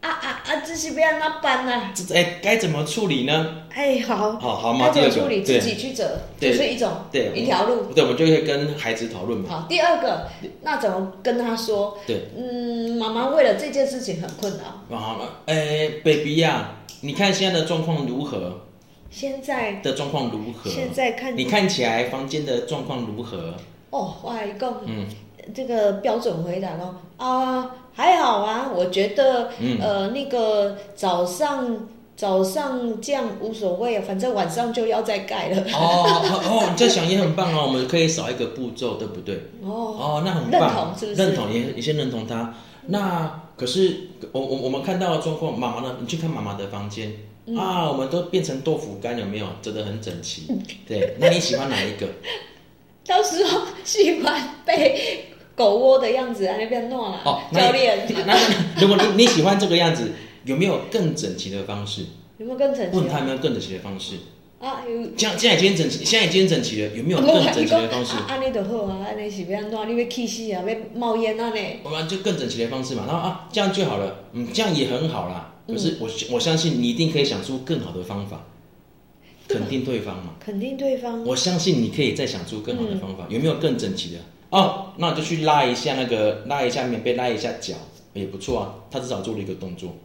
Speaker 2: 啊啊啊！这是不要那办呢、啊。
Speaker 3: 这哎该怎么处理呢？
Speaker 2: 哎，好，
Speaker 3: 好好嘛，
Speaker 2: 那
Speaker 3: 第
Speaker 2: 怎
Speaker 3: 二
Speaker 2: 么
Speaker 3: 个
Speaker 2: 处理
Speaker 3: 对
Speaker 2: 自己去折，
Speaker 3: 对
Speaker 2: 就是一种
Speaker 3: 对
Speaker 2: 一条路。
Speaker 3: 对，我们就会跟孩子讨论嘛。
Speaker 2: 好，第二个，那怎么跟他说？
Speaker 3: 对，
Speaker 2: 嗯，妈妈为了这件事情很困扰。
Speaker 3: 然后呢，哎，baby 呀、你看现在的状况如何？
Speaker 2: 现在
Speaker 3: 的状况如何？
Speaker 2: 现在看
Speaker 3: 你看起来房间的状况如何？
Speaker 2: 哦，我还讲
Speaker 3: 嗯，
Speaker 2: 这个标准回答咯啊，还好啊，我觉得、
Speaker 3: 嗯
Speaker 2: 呃那个早上早上这样无所谓啊，反正晚上就要再盖了。
Speaker 3: 哦哦，你这想也很棒哦，我们可以少一个步骤，对不对？
Speaker 2: 哦，
Speaker 3: 哦，那很
Speaker 2: 认
Speaker 3: 棒，
Speaker 2: 同是不是
Speaker 3: 认同也也先认同他。那可是我我我们看到的状况，妈妈呢？你去看妈妈的房间、
Speaker 2: 嗯
Speaker 3: 啊，我们都变成豆腐干，有没有？折得很整齐。
Speaker 2: 嗯
Speaker 3: 对，那你喜欢哪 一个？
Speaker 2: 到时候 喜欢被狗窝的样子啊，那边弄了、
Speaker 3: 哦，那
Speaker 2: 教练，
Speaker 3: 那那如果你你喜欢这个样子，有没有更整齐的方式？
Speaker 2: 有没有更整
Speaker 3: 问
Speaker 2: 齐
Speaker 3: 他
Speaker 2: 啊？
Speaker 3: 有没有更整齐的方式？
Speaker 2: 啊，有。
Speaker 3: 这样现在已经整齐，现在已经整齐了，有没有更整齐的方式？
Speaker 2: 安尼就好啊，安尼是要安怎？你要气死啊，要冒烟啊呢？
Speaker 3: 我们就更整齐的方式嘛。然后啊，这样就好了，嗯，这样也很好啦。
Speaker 2: 嗯
Speaker 3: 可是我我相信你一定可以想出更好的方法，肯定对方嘛。
Speaker 2: 肯定对方。
Speaker 3: 我相信你可以再想出更好的方法，
Speaker 2: 嗯
Speaker 3: 有没有更整齐的？哦，那我就去拉一下那个，拉一下棉被，拉一下脚，也不错啊。他至少做了一个 动作，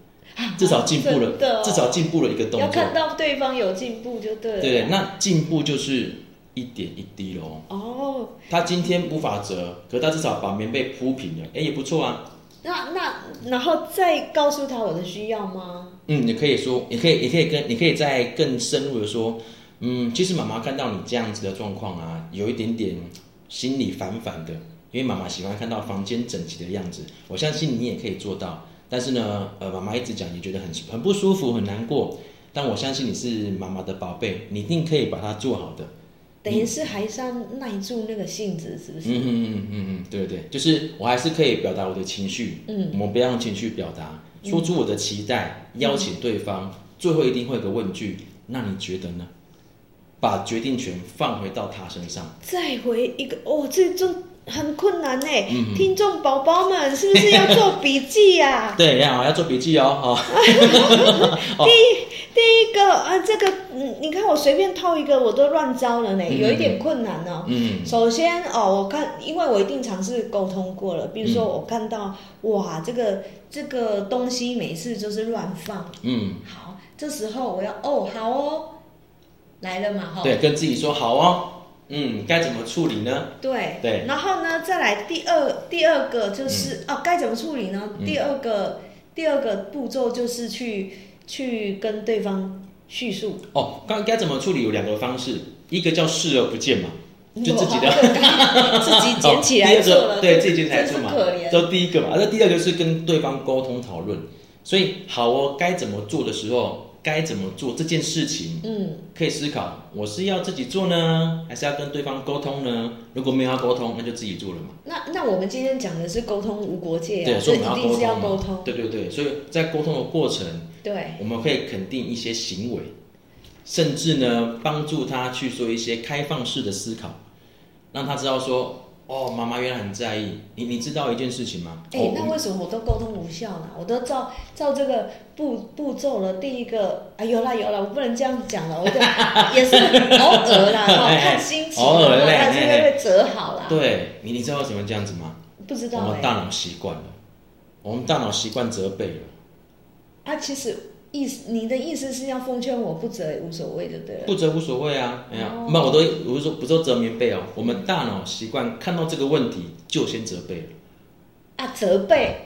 Speaker 3: 至少进步了
Speaker 2: 真，的哦
Speaker 3: 至少进步了一个动
Speaker 2: 要
Speaker 3: 作。
Speaker 2: 看到对方有进步就对了。
Speaker 3: 对，那进步就是一点一滴喽。
Speaker 2: 哦，
Speaker 3: 他今天无法折，可他至少把棉被铺平了，哎，也不错啊。
Speaker 2: 那那然后再告诉他我的需要吗？
Speaker 3: 嗯，你可以说，你可以，你可以跟，你可以再更深入的说，嗯，其实妈妈看到你这样子的状况啊，有一点点心里烦烦的，因为妈妈喜欢看到房间整齐的样子，我相信你也可以做到。但是呢，呃，妈妈一直讲你觉得很很不舒服，很难过，但我相信你是妈妈的宝贝，你一定可以把它做好的。
Speaker 2: 等于是还是要耐住那个性子，是不是？
Speaker 3: 嗯嗯嗯嗯嗯，对对，就是我还是可以表达我的情绪，
Speaker 2: 嗯，
Speaker 3: 我们不要用情绪表达，说出我的期待，邀请对方，最后一定会有个问句，那你觉得呢？把决定权放回到他身上，
Speaker 2: 再回一个哦，这就很困难呢。
Speaker 3: 嗯
Speaker 2: 听众宝宝们，是不是要做笔记啊呀、
Speaker 3: 对，要要做笔记哦，哦，
Speaker 2: 第一第一个啊，这个嗯，你看我随便套一个，我都乱招了呢，
Speaker 3: 嗯
Speaker 2: 有一点困难哦。
Speaker 3: 嗯，
Speaker 2: 首先哦，我看，因为我一定尝试沟通过了，比如说我看到、哇，这个这个东西每次就是乱放，
Speaker 3: 嗯，
Speaker 2: 好，这时候我要哦，好哦，来了嘛，哈、
Speaker 3: 对，跟自己说好哦，嗯，该怎么处理呢？
Speaker 2: 对
Speaker 3: 对
Speaker 2: 然后呢，再来第二第二个就是、哦，该怎么处理呢？
Speaker 3: 嗯
Speaker 2: 第二个第二个步骤就是去去跟对方叙述，
Speaker 3: 哦，刚该怎么处理有两个方式，一个叫视而不见嘛，就自己的
Speaker 2: 我好自己捡起 来
Speaker 3: 哦第
Speaker 2: 做
Speaker 3: 二
Speaker 2: 了，
Speaker 3: 个对自己捡起来做
Speaker 2: 真
Speaker 3: 嘛
Speaker 2: 是可，怜。
Speaker 3: 这第一个嘛，那第二个是跟对方沟通讨论。所以好哦，该怎么做的时候，该怎么做这件事情，
Speaker 2: 嗯，
Speaker 3: 可以思考，我是要自己做呢，还是要跟对方沟通呢？如果没有要沟通，那就自己做了嘛。
Speaker 2: 那那我们今天讲的是沟通无国界啊，
Speaker 3: 对，
Speaker 2: 这
Speaker 3: 所以
Speaker 2: 一
Speaker 3: 我们
Speaker 2: 定是
Speaker 3: 要
Speaker 2: 要
Speaker 3: 沟
Speaker 2: 沟
Speaker 3: 通嘛哦
Speaker 2: 通。
Speaker 3: 对对对，所以在沟通的过程，
Speaker 2: 对，
Speaker 3: 我们可以肯定一些行为，甚至呢帮助他去做一些开放式的思考，让他知道说，哦，妈妈原来很在意你。你知道一件事情吗？
Speaker 2: 哎、
Speaker 3: 哦，
Speaker 2: 那为什么我都沟通无效呢？我都照照这个步步骤了。第一个啊，有啦有啦，我不能这样讲了，我就也是偶尔 啦，哈，
Speaker 3: 哎
Speaker 2: 看心情，
Speaker 3: 偶尔嘞
Speaker 2: 但是
Speaker 3: 哎
Speaker 2: 会会折好啦。
Speaker 3: 对你，你知道为什么这样子吗？
Speaker 2: 不知
Speaker 3: 我
Speaker 2: 道
Speaker 3: 们
Speaker 2: 哎、
Speaker 3: 大脑习惯了，我们大脑习惯责备了，
Speaker 2: 啊，其实意思你的意思是要奉劝我不折也无所谓，就对了。
Speaker 3: 不责无所谓啊。哎呀
Speaker 2: 哦，
Speaker 3: 那、我都我就说不做折棉被哦，我们大脑习惯看到这个问题就先责备了，
Speaker 2: 啊，责备，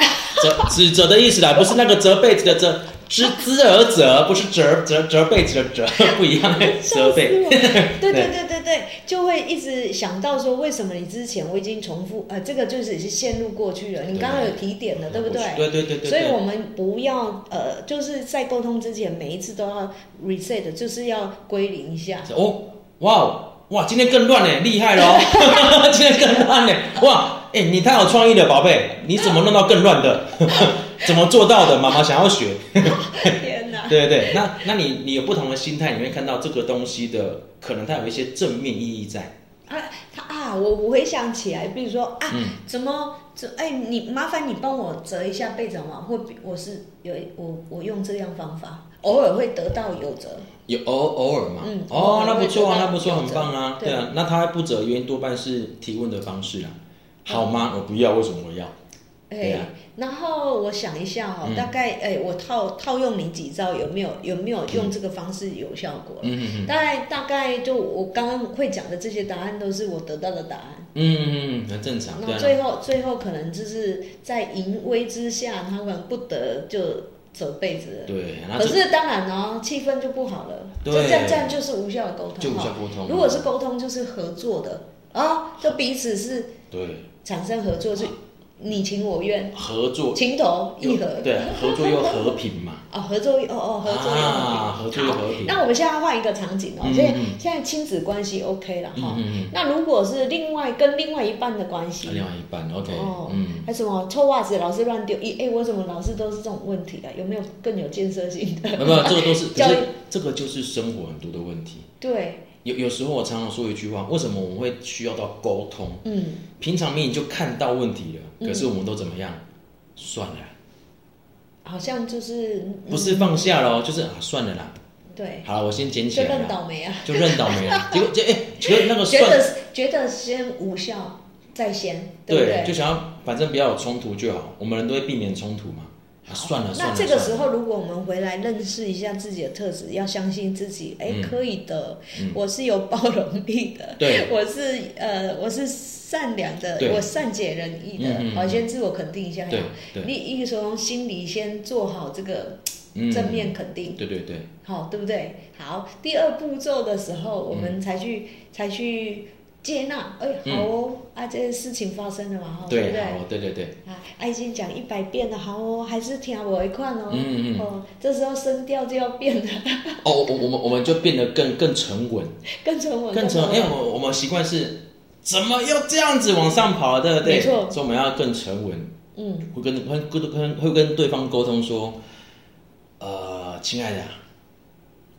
Speaker 3: 责指责的意思啦，不是那个责备的责，知之而责，不是责责责备责责不一样， 责
Speaker 2: 笑死
Speaker 3: 备。
Speaker 2: 我！对对
Speaker 3: 对
Speaker 2: 对对对，就会一直想到说，为什么你之前我已经重复，呃，这个就是已经陷入过去了。你刚刚有提点了，对不对？
Speaker 3: 对对对对。
Speaker 2: 所以
Speaker 3: 对
Speaker 2: 我们不要呃，就是在沟通之前，每一次都要 reset，就是要归零一下。
Speaker 3: 哦，哇哦，哇，今天更乱呢，厉害喽！ 今天更乱呢，哇，哎、你太有创意了，宝贝，你怎么弄到更乱的？ 怎么做到的？妈妈想要学。
Speaker 2: 天哪！
Speaker 3: 对对对，那那你你有不同的心态，你会看到这个东西的可能它有一些正面意义在。
Speaker 2: 啊，他啊，我我回想起来，比如说啊，
Speaker 3: 嗯
Speaker 2: 怎么怎哎，你麻烦你帮我折一下被子好吗？或比我是有我我用这样方法，偶尔会得到有折。
Speaker 3: 有偶偶尔嘛
Speaker 2: 嗯偶
Speaker 3: 哦
Speaker 2: 尔，
Speaker 3: 那不错啊，
Speaker 2: 会
Speaker 3: 那不错，
Speaker 2: 有
Speaker 3: 很棒啊，
Speaker 2: 折
Speaker 3: 对啊，那他不择原因多半是提问的方式啊，
Speaker 2: 嗯
Speaker 3: 好吗？我不要，为什么我要？对
Speaker 2: 哎
Speaker 3: 啊，
Speaker 2: 然后我想一下哦，
Speaker 3: 嗯
Speaker 2: 大概哎，我套套用你几招，有没有有没有用这个方式有效果？
Speaker 3: 嗯嗯嗯
Speaker 2: 大概大概就我刚刚会讲的这些答案都是我得到的答案，
Speaker 3: 嗯嗯，很正常，对
Speaker 2: 那
Speaker 3: 啊。
Speaker 2: 最后最后可能就是在淫威之下，他们不得就走被子了。
Speaker 3: 对，那
Speaker 2: 可
Speaker 3: 这
Speaker 2: 是当然哦，气氛就不好了，就
Speaker 3: 对
Speaker 2: 这样这样就是无效的沟通，
Speaker 3: 就无效沟通
Speaker 2: 哦如果是沟通，就是合作的啊，就彼此是
Speaker 3: 对
Speaker 2: 产生合作，是你情我愿，
Speaker 3: 合作
Speaker 2: 情投
Speaker 3: 又
Speaker 2: 意合。
Speaker 3: 对啊合作又和平 嘛，
Speaker 2: 哦，合作哦哦，合作
Speaker 3: 啊合作
Speaker 2: 又
Speaker 3: 又
Speaker 2: 和
Speaker 3: 和
Speaker 2: 平。
Speaker 3: 平
Speaker 2: 那我们现在换一个场景哦，
Speaker 3: 嗯
Speaker 2: 现在
Speaker 3: 嗯
Speaker 2: 现在亲子关系 OK 了哈
Speaker 3: 嗯。嗯
Speaker 2: 那如果是另外跟另外一半的关系
Speaker 3: 嗯，，另外一 半 OK，
Speaker 2: 哦，
Speaker 3: 嗯，
Speaker 2: 还什么臭袜子老是乱丢，咦，哎，我怎么老是都是这种问题啊？有没有更有建设性的？
Speaker 3: 没有，这个都是，可
Speaker 2: 教育
Speaker 3: 是这个就是生活很多的问题。
Speaker 2: 对，
Speaker 3: 有有时候我常常说一句话，为什么我们会需要到沟通？
Speaker 2: 嗯，
Speaker 3: 平常明明就看到问题了，可是我们都怎么样？算了啦，
Speaker 2: 好像就是
Speaker 3: 不是放下咯，就是啊，算了啦，
Speaker 2: 对，
Speaker 3: 好了，我先捡起
Speaker 2: 就
Speaker 3: 来
Speaker 2: 认
Speaker 3: 了，
Speaker 2: 倒霉啊，
Speaker 3: 就认倒霉了。 结果就哎，结果那个
Speaker 2: 觉
Speaker 3: 算
Speaker 2: 得觉得先无效再先，对不
Speaker 3: 就想要反正不要有冲突就好，我们人都会避免冲突嘛。啊，算了算
Speaker 2: 那
Speaker 3: 了，
Speaker 2: 这个
Speaker 3: 算
Speaker 2: 时
Speaker 3: 了
Speaker 2: 候，如果我们回来认识一下自己的特质，要相信自己，哎、
Speaker 3: 嗯
Speaker 2: 可以的，
Speaker 3: 嗯
Speaker 2: 我是有包容力的，
Speaker 3: 对
Speaker 2: 我是呃，我是善良的，
Speaker 3: 对
Speaker 2: 我善解人意的，
Speaker 3: 嗯嗯嗯
Speaker 2: 好，先自我肯定一下，
Speaker 3: 对
Speaker 2: 好
Speaker 3: 对
Speaker 2: 你一个从心里先做好这个
Speaker 3: 嗯
Speaker 2: 正面肯定，
Speaker 3: 对对对，
Speaker 2: 好，对不对？好，第二步骤的时候，我们才去、才去接纳，哎，
Speaker 3: 嗯
Speaker 2: 好哦，啊，这件事情发生了嘛，哈，不
Speaker 3: 对，
Speaker 2: 哦对？
Speaker 3: 好，对对对，
Speaker 2: 啊，啊已经讲一百遍了，好哦，还是听我一款哦。
Speaker 3: 嗯嗯嗯
Speaker 2: 哦，这时候声调就要变了，
Speaker 3: 哦，我我们我们就变得更更沉稳，
Speaker 2: 哦更沉稳，
Speaker 3: 更沉。
Speaker 2: 稳
Speaker 3: 哎，我我们习惯是怎么又这样子往上跑了，对不对？
Speaker 2: 没错
Speaker 3: 所以我们要更沉稳，
Speaker 2: 嗯，
Speaker 3: 会跟会跟跟会跟对方沟通说，呃，亲爱的啊，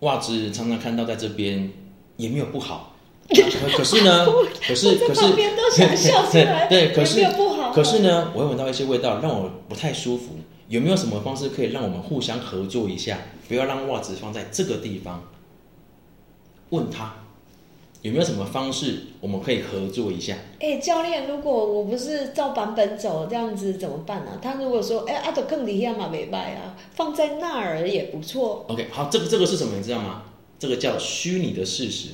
Speaker 3: 袜子常常看到在这边也没有不好，可可是呢，可是
Speaker 2: 我
Speaker 3: 可
Speaker 2: 在
Speaker 3: 是
Speaker 2: 旁边都想笑出来
Speaker 3: 对，可是
Speaker 2: 有没有不好
Speaker 3: 可是呢，我会闻到一些味道，让我不太舒服。有没有什么方式可以让我们互相合作一下，不要让袜子放在这个地方？问他有没有什么方式我们可以合作一下？
Speaker 2: 哎，教练，如果我不是照版本走，这样子怎么办啊？他如果说，哎，阿斗更厉害嘛，没拜啊，放在那儿也不错。
Speaker 3: OK，好，这个这个是什么？你知道吗？这个叫虚拟的事实，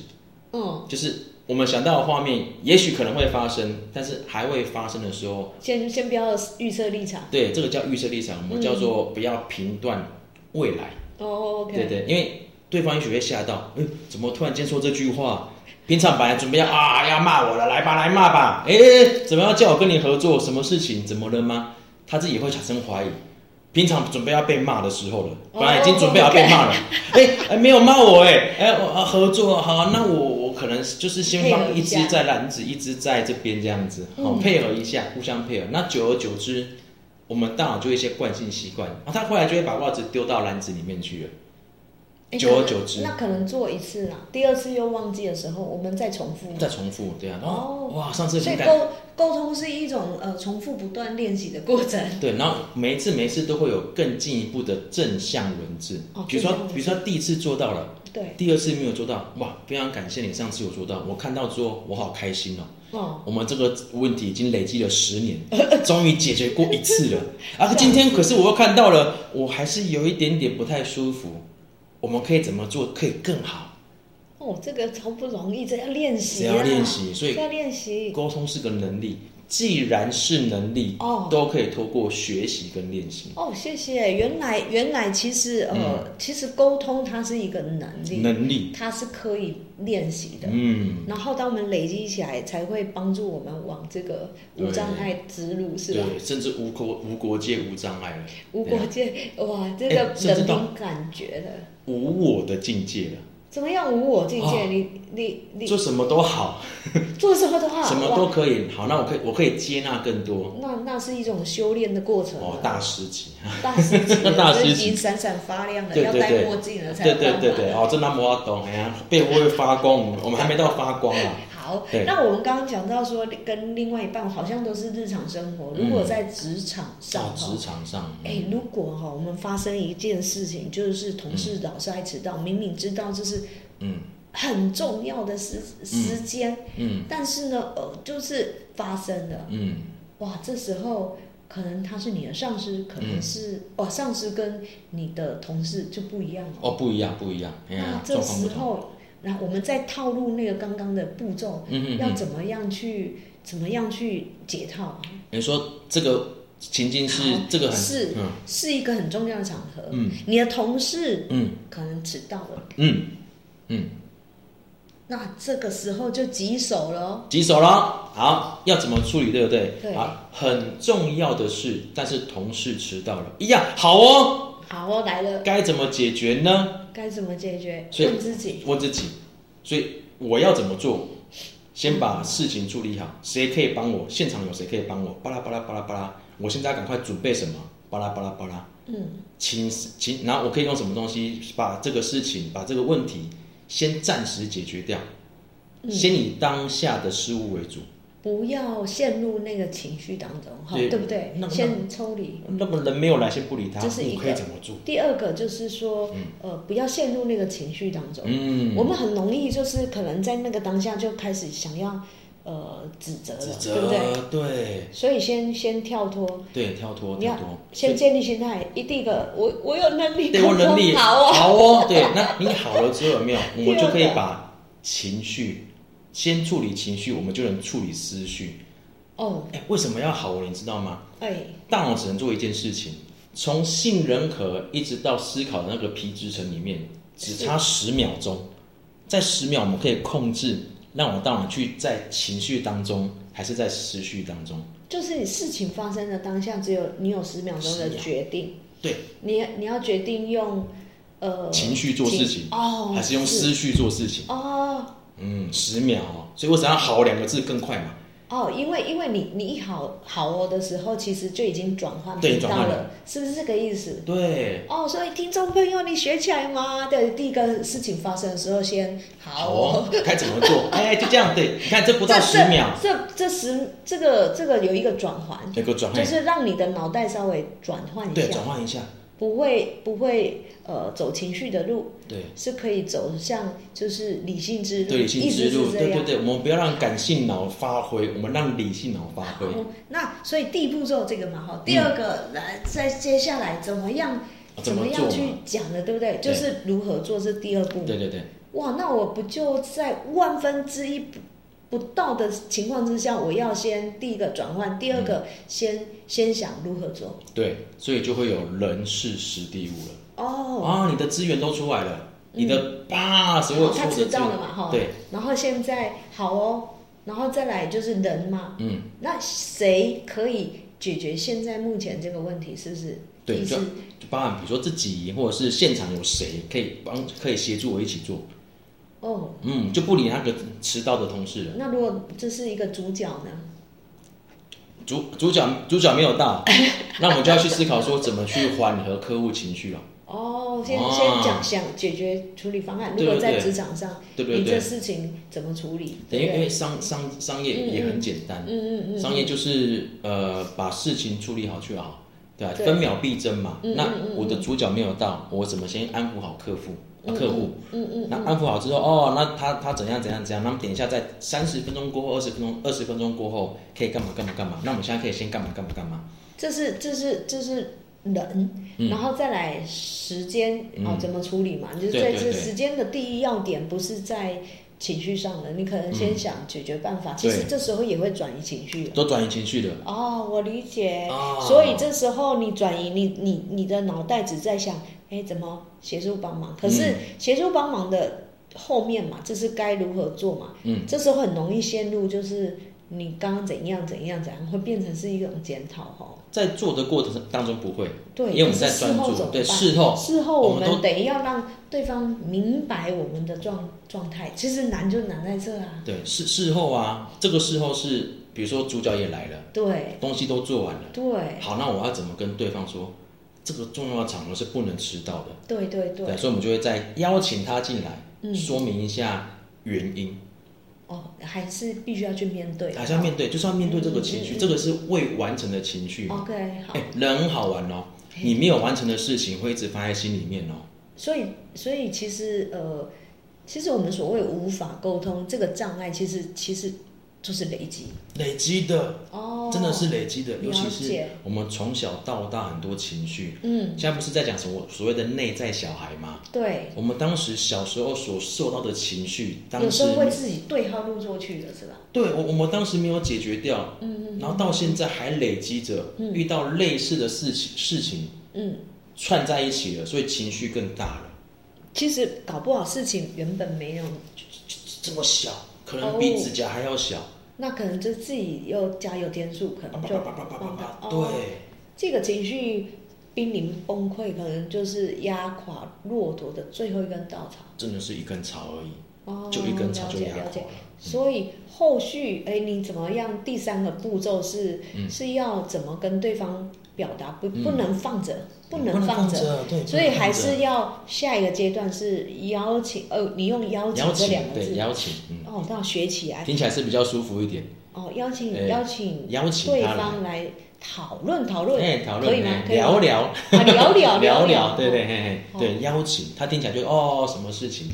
Speaker 2: 嗯，
Speaker 3: 就是我们想到的画面，也许可能会发生，但是还未发生的时候，
Speaker 2: 先先不要预测立场。
Speaker 3: 对，这个叫预设立场，我们叫做不要评断未来。
Speaker 2: 哦，OK，
Speaker 3: 对对，因为对方也许会吓到，嗯，怎么突然间说这句话？平常本来准备要啊要骂我了，来吧来骂吧，哎，怎么要叫我跟你合作？什么事情？怎么了吗？他自己会产生怀疑。平常准备要被骂的时候了，
Speaker 2: 哦
Speaker 3: 本来已经准备要被骂了， 哎、哎没有骂我哎、哎我啊合作好、那我我可能就是先
Speaker 2: 配合
Speaker 3: 放
Speaker 2: 一
Speaker 3: 一
Speaker 2: 下嗯
Speaker 3: 只在篮子，一只在这边这样子，好、配合一下，互相配合。那久而久之，我们大脑就会一些惯性习惯，啊，他回来就会把袜子丢到篮子里面去了。
Speaker 2: 哎
Speaker 3: 久而久之
Speaker 2: 那可能做一次啦，第二次又忘记的时候，我们再重复。
Speaker 3: 再重复，对啊，然
Speaker 2: 哦
Speaker 3: 后哇，上次
Speaker 2: 所以
Speaker 3: 很感
Speaker 2: 沟沟通是一种呃重复不断练习的过程。
Speaker 3: 对，然后每一次每一次都会有更进一步的正向文字
Speaker 2: 哦，
Speaker 3: 比如说
Speaker 2: 正向文字
Speaker 3: 比如说第一次做到了，
Speaker 2: 对，
Speaker 3: 第二次没有做到，哇，非常感谢你上次有做到，我看到之后我好开心哦。
Speaker 2: 哦，
Speaker 3: 我们这个问题已经累积了十年，终于解决过一次了。啊，今天可是我又看到了，我还是有一点点不太舒服。我们可以怎么做可以更好？
Speaker 2: 哦，这个超不容易，这要练习、
Speaker 3: 只
Speaker 2: 啊，
Speaker 3: 要练习，所以
Speaker 2: 这要练习。
Speaker 3: 沟通是个能力，既然是能力，
Speaker 2: 哦
Speaker 3: 都可以透过学习跟练习
Speaker 2: 哦，谢谢。原来原来其实呃，其实沟通它是一个能力，
Speaker 3: 嗯能力。
Speaker 2: 它是可以练习的。
Speaker 3: 嗯，
Speaker 2: 然后，当我们累积起来，才会帮助我们往这个无障碍之路，是吧？
Speaker 3: 对，甚至无国无国界无障碍了，
Speaker 2: 无国界，哇，这
Speaker 3: 哎
Speaker 2: 个
Speaker 3: 甚至
Speaker 2: 人
Speaker 3: 到
Speaker 2: 凭感觉的，
Speaker 3: 无我的境界了，
Speaker 2: 怎么样无我境界？
Speaker 3: 哦
Speaker 2: 你你你
Speaker 3: 做什么都好，
Speaker 2: 做什么的话，
Speaker 3: 哦什么
Speaker 2: 啊哇
Speaker 3: 都可以。好，那我可以我可以接纳更多
Speaker 2: 那那是一种修炼的过程啊。
Speaker 3: 哦，大师级。
Speaker 2: 大师级的，
Speaker 3: 大师级
Speaker 2: 已经闪闪发亮了，
Speaker 3: 对
Speaker 2: 要
Speaker 3: 对
Speaker 2: 戴
Speaker 3: 对
Speaker 2: 墨镜了才
Speaker 3: 对
Speaker 2: 有
Speaker 3: 对
Speaker 2: 办
Speaker 3: 对
Speaker 2: 法
Speaker 3: 对，哦，这那么懂，哎呀，被窝会发光，我们还没到发光啊。
Speaker 2: 好
Speaker 3: 对，
Speaker 2: 那我们刚刚讲到说，跟另外一半好像都是日常生活。
Speaker 3: 嗯
Speaker 2: 如果在职场上
Speaker 3: 到
Speaker 2: 哈
Speaker 3: 职，场上，嗯
Speaker 2: 哎、如果哈我们发生一件事情，就是同事老是爱迟到，明明知道这是
Speaker 3: 嗯
Speaker 2: 很重要的时时间，
Speaker 3: 嗯
Speaker 2: 但是呢，呃，就是发生了，
Speaker 3: 嗯，
Speaker 2: 哇，这时候。可能他是你的上司，可能
Speaker 3: 嗯
Speaker 2: 是、哦，上司跟你的同事就不一样了。
Speaker 3: 哦，不一样，不一样，哎
Speaker 2: 那
Speaker 3: 呀，
Speaker 2: 啊这
Speaker 3: 状况不
Speaker 2: 时
Speaker 3: 同，
Speaker 2: 候，那我们再套路那个刚刚的步骤，
Speaker 3: 嗯嗯
Speaker 2: 要
Speaker 3: 嗯，
Speaker 2: 怎么样去怎么样去解套啊，
Speaker 3: 你说这个情境是
Speaker 2: 好
Speaker 3: 这个很，
Speaker 2: 啊是
Speaker 3: 嗯
Speaker 2: 是一个很重要的场合。
Speaker 3: 嗯
Speaker 2: 你的同事
Speaker 3: 嗯
Speaker 2: 可能迟到了，
Speaker 3: 嗯嗯，
Speaker 2: 那这个时候就棘手了哦。
Speaker 3: 棘手了，好，要怎么处理，对不对？
Speaker 2: 对
Speaker 3: 好，很重要的事，但是同事迟到了，一样，好哦，
Speaker 2: 好哦，来了，
Speaker 3: 该怎么解决呢？
Speaker 2: 该怎么解决？
Speaker 3: 所以
Speaker 2: 问自己。
Speaker 3: 问自己，所以我要怎么做？先把事情处理好，谁可以帮我？现场有谁可以帮我？巴拉巴拉巴拉巴拉，我现在要赶快准备什么？巴拉巴拉巴拉，
Speaker 2: 嗯，
Speaker 3: 请请，然后我可以用什么东西把这个事情、把这个问题先暂时解决掉？
Speaker 2: 嗯
Speaker 3: 先以当下的事物为主。
Speaker 2: 不要陷入那个情绪当中，哈，
Speaker 3: 对
Speaker 2: 对不对
Speaker 3: 那？
Speaker 2: 先抽离。
Speaker 3: 那么人没有来，先不理他，
Speaker 2: 这是一
Speaker 3: 我
Speaker 2: 个
Speaker 3: 可以怎么做？
Speaker 2: 第二个就是说，呃，不要陷入那个情绪当中。
Speaker 3: 嗯，
Speaker 2: 我们很容易就是可能在那个当下就开始想要呃指责了，
Speaker 3: 指
Speaker 2: 对不对？
Speaker 3: 责，对
Speaker 2: 所以先先跳脱，
Speaker 3: 对，跳脱
Speaker 2: 你
Speaker 3: 跳
Speaker 2: 要
Speaker 3: 脱，
Speaker 2: 先建立心态。一第一个，我我有能力
Speaker 3: 对我
Speaker 2: 沟
Speaker 3: 能力
Speaker 2: 通 好哦，
Speaker 3: 好哦，对，那你好了之后有没有，我们
Speaker 2: 第二
Speaker 3: 就
Speaker 2: 个
Speaker 3: 可以把情绪先处理情绪，我们就能处理思绪。
Speaker 2: 哦，
Speaker 3: 哎，为什么要好哦？你知道吗？
Speaker 2: 哎，
Speaker 3: 大脑只能做一件事情，从杏仁核一直到思考的那个皮质层里面，只差十秒钟。在十秒，我们可以控制，让我大脑去在情绪当中，还是在思绪当中。
Speaker 2: 就是你事情发生的当下，只有你有十秒钟
Speaker 3: 十
Speaker 2: 的
Speaker 3: 秒
Speaker 2: 决定，
Speaker 3: 对，
Speaker 2: 你你要决定用呃
Speaker 3: 情绪做事情，
Speaker 2: 哦，
Speaker 3: 还是用思绪做事情？
Speaker 2: 哦
Speaker 3: 嗯，十秒哦，所以为什么要好哦两个字更快嘛？
Speaker 2: 哦，因为因为你你一好好哦的时候，其实就已经转换
Speaker 3: 对
Speaker 2: 频
Speaker 3: 转
Speaker 2: 道
Speaker 3: 换
Speaker 2: 了，是不是这个意思？
Speaker 3: 对，
Speaker 2: 哦，所以听众朋友，你学起来吗？对，第一个事情发生的时候先，好
Speaker 3: 好
Speaker 2: 哦。
Speaker 3: 哦，该怎 么做？哎，就这样，对，你看这不到十秒，
Speaker 2: 这这这十这个这个有一个转环，
Speaker 3: 能够转
Speaker 2: 就
Speaker 3: 换，
Speaker 2: 是让你的脑袋稍微转换一
Speaker 3: 对，
Speaker 2: 下
Speaker 3: 转，换一下，
Speaker 2: 不会不会呃走情绪的路，
Speaker 3: 对，
Speaker 2: 是可以走向就是理性之路，
Speaker 3: 对理性之
Speaker 2: 一
Speaker 3: 路，
Speaker 2: 直是这
Speaker 3: 对对
Speaker 2: 样。
Speaker 3: 对，我们不要让感性脑发挥，我们让理性脑发挥。
Speaker 2: 好，哦那所以第一步骤这个嘛哈，第二个来再接下来怎么样
Speaker 3: 嗯啊
Speaker 2: 怎
Speaker 3: 怎么做
Speaker 2: 样
Speaker 3: 嘛
Speaker 2: 去讲的，对不对？
Speaker 3: 对
Speaker 2: 就是如何做是第二步嘛
Speaker 3: 对对对，
Speaker 2: 哇，那我不就在万分之一不不到的情况之下，我要先第一个转换，第二
Speaker 3: 嗯
Speaker 2: 个先、先想如何做。
Speaker 3: 对，所以就会有人事实地物了。
Speaker 2: 哦，嗯
Speaker 3: 啊，你的资源都出来了，你的爸所有
Speaker 2: 哦他
Speaker 3: 出
Speaker 2: 知
Speaker 3: 的资
Speaker 2: 道了
Speaker 3: 源，
Speaker 2: 嘛，哈。哦
Speaker 3: 对。
Speaker 2: 然后现在好哦，然后再来就是人嘛，
Speaker 3: 嗯，
Speaker 2: 那谁可以解决现在目前这个问题？是不是？
Speaker 3: 对，
Speaker 2: 意
Speaker 3: 就
Speaker 2: 思
Speaker 3: 就包含比如说自己或者是现场有谁可以帮可以协助我一起做，
Speaker 2: 哦，
Speaker 3: 嗯，就不理那个迟到的同事了。
Speaker 2: 那如果这是一个主角呢？
Speaker 3: 主主角主角没有 到，那我们就要去思考说怎么去缓和客户情绪了，啊
Speaker 2: 哦，先
Speaker 3: 哦
Speaker 2: 先讲想解决处理方案。如
Speaker 3: 对
Speaker 2: 果
Speaker 3: 对
Speaker 2: 在
Speaker 3: 对
Speaker 2: 职场上，
Speaker 3: 对不对？
Speaker 2: 你这
Speaker 3: 对，
Speaker 2: 事情怎么处理？
Speaker 3: 等于
Speaker 2: 对不
Speaker 3: 因
Speaker 2: 对
Speaker 3: 为商商商业也很简单，
Speaker 2: 嗯嗯嗯，
Speaker 3: 商业就是呃把事情处理好就好，对吧、
Speaker 2: 对
Speaker 3: 分秒必争嘛。
Speaker 2: 嗯嗯
Speaker 3: 那
Speaker 2: 嗯
Speaker 3: 我的主角没有到，我怎么先安抚好客户？啊、客户，
Speaker 2: 嗯嗯
Speaker 3: 那安抚好之后，哦，那他他怎样怎样怎样，那么等一下在三十分钟过后，二十分钟二十分钟过后可以干嘛干嘛干嘛？那我们现在可以先干嘛干嘛干嘛？
Speaker 2: 这是这是这是人，然后再来时间、哦，
Speaker 3: 嗯
Speaker 2: 怎么处理嘛？就是
Speaker 3: 对
Speaker 2: 在
Speaker 3: 对
Speaker 2: 这
Speaker 3: 对
Speaker 2: 时间的第一要点，不是在情绪上的，你可能先想解决办法，其实
Speaker 3: 嗯对
Speaker 2: 这时候也会转移情绪哦。
Speaker 3: 都转移情绪的，
Speaker 2: 哦，我理解。
Speaker 3: 哦
Speaker 2: 所以这时候你转移，你你你的脑袋只在想，哎，怎么协助帮忙？可是
Speaker 3: 嗯
Speaker 2: 协助帮忙的后面嘛，这是该如何做嘛？
Speaker 3: 嗯，
Speaker 2: 这时候很容易陷入就是你刚刚怎样怎样怎样，会变成是一种检讨哦。
Speaker 3: 在做的过程当中不会，
Speaker 2: 对，
Speaker 3: 因为我们
Speaker 2: 可
Speaker 3: 在
Speaker 2: 是事
Speaker 3: 专
Speaker 2: 后怎
Speaker 3: 注，
Speaker 2: 么
Speaker 3: 对
Speaker 2: 办
Speaker 3: 事后
Speaker 2: 事后
Speaker 3: 我
Speaker 2: 我
Speaker 3: 们
Speaker 2: 们
Speaker 3: 都
Speaker 2: 得要让对方明白我们的状状态。其实难就难在这啊，
Speaker 3: 对事事后啊，这个事后是比如说主角也来了，
Speaker 2: 对
Speaker 3: 东西都做完了，
Speaker 2: 对
Speaker 3: 好，那我要怎么跟对方说？这个重要的场合是不能迟到的，
Speaker 2: 对对对，
Speaker 3: 所以我们就会再邀请他进来，
Speaker 2: 嗯
Speaker 3: 说明一下原因，
Speaker 2: 哦，还是必须要去面对，
Speaker 3: 好像面对就是要面对这个情
Speaker 2: 嗯
Speaker 3: 绪，
Speaker 2: 嗯嗯
Speaker 3: 这个是未完成的情绪嘛。
Speaker 2: OK 好
Speaker 3: 哎、，人很好玩哦，
Speaker 2: 嘿
Speaker 3: 你没有完成的事情会一直放在心里面哦。
Speaker 2: 所以所以其实呃，其实我们所谓无法沟通这个障碍，其实其实就是累积
Speaker 3: 累积的，
Speaker 2: 哦，
Speaker 3: 真的是累积的，尤其
Speaker 2: 了
Speaker 3: 是
Speaker 2: 解
Speaker 3: 我们从小到大很多情绪。
Speaker 2: 嗯
Speaker 3: 现在不是在讲什么所谓的内在小孩吗？
Speaker 2: 对，
Speaker 3: 我们当时小时候所受到的情绪，当
Speaker 2: 有时
Speaker 3: 时
Speaker 2: 候会自己对号入座去的是吧？
Speaker 3: 对我我们当时没有解决掉，
Speaker 2: 嗯嗯
Speaker 3: 然后到现在还累积着，
Speaker 2: 嗯
Speaker 3: 遇到类似的事情事情
Speaker 2: 嗯。
Speaker 3: 串在一起了，所以情绪更大了。
Speaker 2: 其实搞不好事情原本没有，
Speaker 3: 这么小，可能比
Speaker 2: 哦
Speaker 3: 指甲还要小，
Speaker 2: 那可能就自己又加油添醋，可
Speaker 3: 叭
Speaker 2: 能
Speaker 3: 叭
Speaker 2: 就
Speaker 3: 叭叭叭叭叭叭，
Speaker 2: 哦，
Speaker 3: 对，
Speaker 2: 这个情绪濒临崩溃，可能就是压垮骆驼的最后一根稻草。
Speaker 3: 真的是一根草而已，
Speaker 2: 哦，
Speaker 3: 就一根草
Speaker 2: 了
Speaker 3: 就
Speaker 2: 解
Speaker 3: 压
Speaker 2: 了
Speaker 3: 垮
Speaker 2: 解
Speaker 3: 了。。嗯
Speaker 2: 所以后续，哎，你怎么样？第三个步骤是、
Speaker 3: 嗯
Speaker 2: 是要怎么跟对方表达？不，
Speaker 3: 嗯
Speaker 2: 不能放着，不能
Speaker 3: 能
Speaker 2: 放着。
Speaker 3: 着，对，
Speaker 2: 所以
Speaker 3: 不能放
Speaker 2: 还
Speaker 3: 着
Speaker 2: 是要下一个阶段是邀请，呃，你用邀请
Speaker 3: 邀
Speaker 2: 这两
Speaker 3: 请，
Speaker 2: 个
Speaker 3: 对，
Speaker 2: 字，
Speaker 3: 邀请，嗯，
Speaker 2: 哦，那学起来，
Speaker 3: 听起来是比较舒服一点，
Speaker 2: 哦，邀请、
Speaker 3: 哎
Speaker 2: 邀请
Speaker 3: 邀请
Speaker 2: 对
Speaker 3: 他来
Speaker 2: 方来讨论讨论，
Speaker 3: 哎，讨
Speaker 2: 可以
Speaker 3: 论，
Speaker 2: 吗
Speaker 3: 哎？
Speaker 2: 可以
Speaker 3: 聊
Speaker 2: 吗
Speaker 3: 聊，
Speaker 2: 啊，聊 聊
Speaker 3: 聊
Speaker 2: 聊，
Speaker 3: 对对，嘿嘿，
Speaker 2: 哦
Speaker 3: 对，邀请，他听起来就哦，什么事情，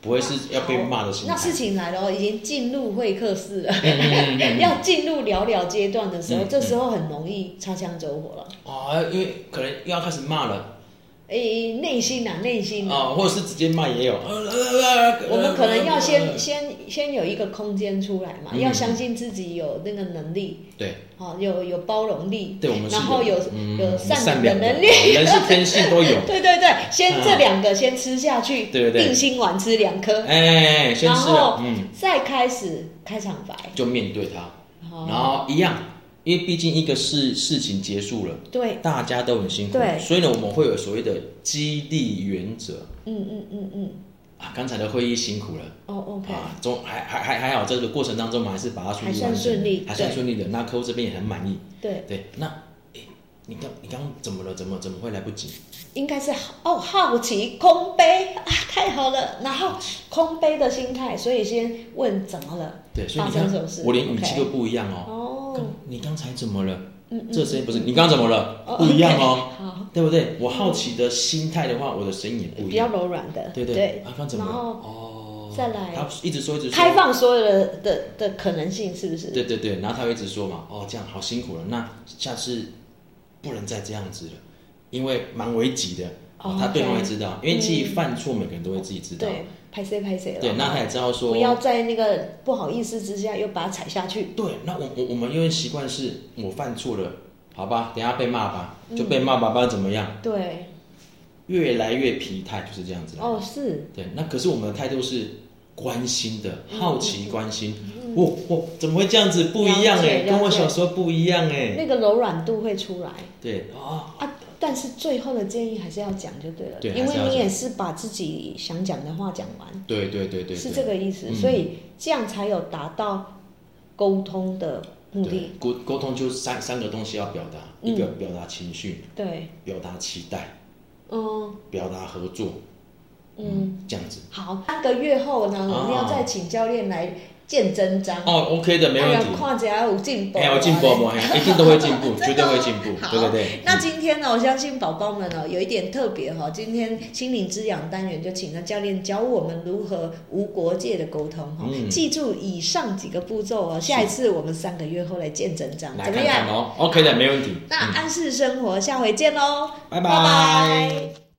Speaker 3: 不会是要被骂的心
Speaker 2: 那事
Speaker 3: 态，
Speaker 2: 情来了哦，已经进入会客室了，
Speaker 3: 嗯嗯嗯嗯嗯
Speaker 2: 要进入聊聊阶段的时候，
Speaker 3: 嗯
Speaker 2: 这时候很容易擦枪走火了。
Speaker 3: 哦，因为可能又要开始骂了，
Speaker 2: 诶，内心啊，内心啊，
Speaker 3: 哦，或者是直接骂也有，呃呃呃
Speaker 2: 我们可能要
Speaker 3: 呃
Speaker 2: 先
Speaker 3: 呃
Speaker 2: 先先有一个空间出来嘛，
Speaker 3: 嗯
Speaker 2: 要相信自己有那个能力，
Speaker 3: 对
Speaker 2: 哦，有有包容力，
Speaker 3: 对，我们是
Speaker 2: 然后有
Speaker 3: 嗯
Speaker 2: 有善
Speaker 3: 善
Speaker 2: 良
Speaker 3: 良
Speaker 2: 的能力，
Speaker 3: 人是天性都有，
Speaker 2: 对对对，先
Speaker 3: 嗯
Speaker 2: 这两个先吃下去，
Speaker 3: 对对对
Speaker 2: 定心丸吃两颗，
Speaker 3: 哎，先
Speaker 2: 然
Speaker 3: 吃
Speaker 2: 后
Speaker 3: 了，嗯，
Speaker 2: 再开始开场白，
Speaker 3: 就面对它，
Speaker 2: 哦
Speaker 3: 然后一样，因为毕竟一个事事情结束了，
Speaker 2: 对，
Speaker 3: 大家都很辛苦
Speaker 2: 对，
Speaker 3: 所以呢，我们会有所谓的激励原则
Speaker 2: 嗯嗯嗯嗯，
Speaker 3: 啊，刚才的会议辛苦了。
Speaker 2: 哦，OK，
Speaker 3: 啊，中还还还还好，这个过程当中嘛，还是把它顺利
Speaker 2: 还算
Speaker 3: 完成
Speaker 2: 顺利
Speaker 3: 还算
Speaker 2: 对
Speaker 3: 顺利的。那客户这边也很满意，
Speaker 2: 对，
Speaker 3: 对。那，诶你刚你刚怎么了？怎么怎么会来不及？
Speaker 2: 应该是好哦，好奇空杯啊，太好了，然后空杯的心态，所以先问怎么了，
Speaker 3: 对，所以你
Speaker 2: 发生什么
Speaker 3: 看
Speaker 2: 事，
Speaker 3: 我连语
Speaker 2: OK
Speaker 3: 气都不一样哦。
Speaker 2: 哦，
Speaker 3: 刚你刚才怎么了？
Speaker 2: 嗯嗯，
Speaker 3: 这声音不是你刚刚怎么了？
Speaker 2: 哦
Speaker 3: 不一样哦，
Speaker 2: OK，好，嗯
Speaker 3: 对不对？我好奇的心态的话，我的声音也
Speaker 2: 比
Speaker 3: 不一
Speaker 2: 较
Speaker 3: 样，
Speaker 2: 柔软的，
Speaker 3: 对对。
Speaker 2: 对
Speaker 3: 啊，刚怎么了？
Speaker 2: 然后
Speaker 3: 哦，
Speaker 2: 再来
Speaker 3: 他一直说一直
Speaker 2: 开
Speaker 3: 说，
Speaker 2: 放所有的的的可能性，是不是？
Speaker 3: 对对对，然后他会一直说嘛，哦，这样好辛苦了，那下次不能再这样子了，因为蛮危急的。
Speaker 2: 哦
Speaker 3: 哦，他对方会
Speaker 2: OK 嗯
Speaker 3: 知道，因为自己犯错，每个人都会自己知道。
Speaker 2: 对，拍谁拍谁了，
Speaker 3: 对，那他也知道说
Speaker 2: 不，要在那个不好意思之下又把它踩下去。
Speaker 3: 对，那我我我们因为习惯是我犯错了，好吧，等一下被骂吧，就
Speaker 2: 嗯
Speaker 3: 被骂吧，不然怎么样？
Speaker 2: 对，
Speaker 3: 越来越疲态，就是这样子。
Speaker 2: 哦，是，
Speaker 3: 对，那可是我们的态度是关心的，
Speaker 2: 嗯
Speaker 3: 好奇关心。我我、哦怎么会这样子不一样
Speaker 2: 了解
Speaker 3: 哎、
Speaker 2: 了解
Speaker 3: 跟我小时候不一样哎、
Speaker 2: 那个柔软度会出来
Speaker 3: 对啊，
Speaker 2: 啊。但是最后的建议还是要讲就对了，
Speaker 3: 对
Speaker 2: 因
Speaker 3: 还是
Speaker 2: 为
Speaker 3: 要
Speaker 2: 你
Speaker 3: 讲
Speaker 2: 也是把自己想讲的话讲完，
Speaker 3: 对对对对，
Speaker 2: 是
Speaker 3: 对
Speaker 2: 这个意思，
Speaker 3: 嗯
Speaker 2: 所以这样才有达到沟通的目
Speaker 3: 对
Speaker 2: 的。
Speaker 3: 沟沟通就是三三个东西要表达，
Speaker 2: 嗯
Speaker 3: 一个表达情绪，
Speaker 2: 对，
Speaker 3: 表达期待，
Speaker 2: 嗯
Speaker 3: 表达合作，
Speaker 2: 嗯，
Speaker 3: 这样子。
Speaker 2: 好，三个月后呢，我们要再请教练来见真章。
Speaker 3: 啊哦，OK 的，没问
Speaker 2: 哎呀
Speaker 3: 题。
Speaker 2: 看起来有进步，
Speaker 3: 哎，有进步吗？哎一定都会进 步，
Speaker 2: 真的
Speaker 3: 绝对
Speaker 2: 哦
Speaker 3: 会进步，
Speaker 2: 好
Speaker 3: 对不对？
Speaker 2: 那今天呢，我相信宝宝们哦，有一点特别哈、哦。今天心灵滋养单元就请了教练教我们如何无国界的沟通哈、哦。
Speaker 3: 嗯
Speaker 2: 记住以上几个步骤哦，下一次我们三个月后来见真章，
Speaker 3: 来
Speaker 2: 怎么
Speaker 3: 看
Speaker 2: 样？
Speaker 3: 看哦，OK 的，没问题。
Speaker 2: 那
Speaker 3: 嗯
Speaker 2: 安适生活，下回见喽，
Speaker 3: 拜拜。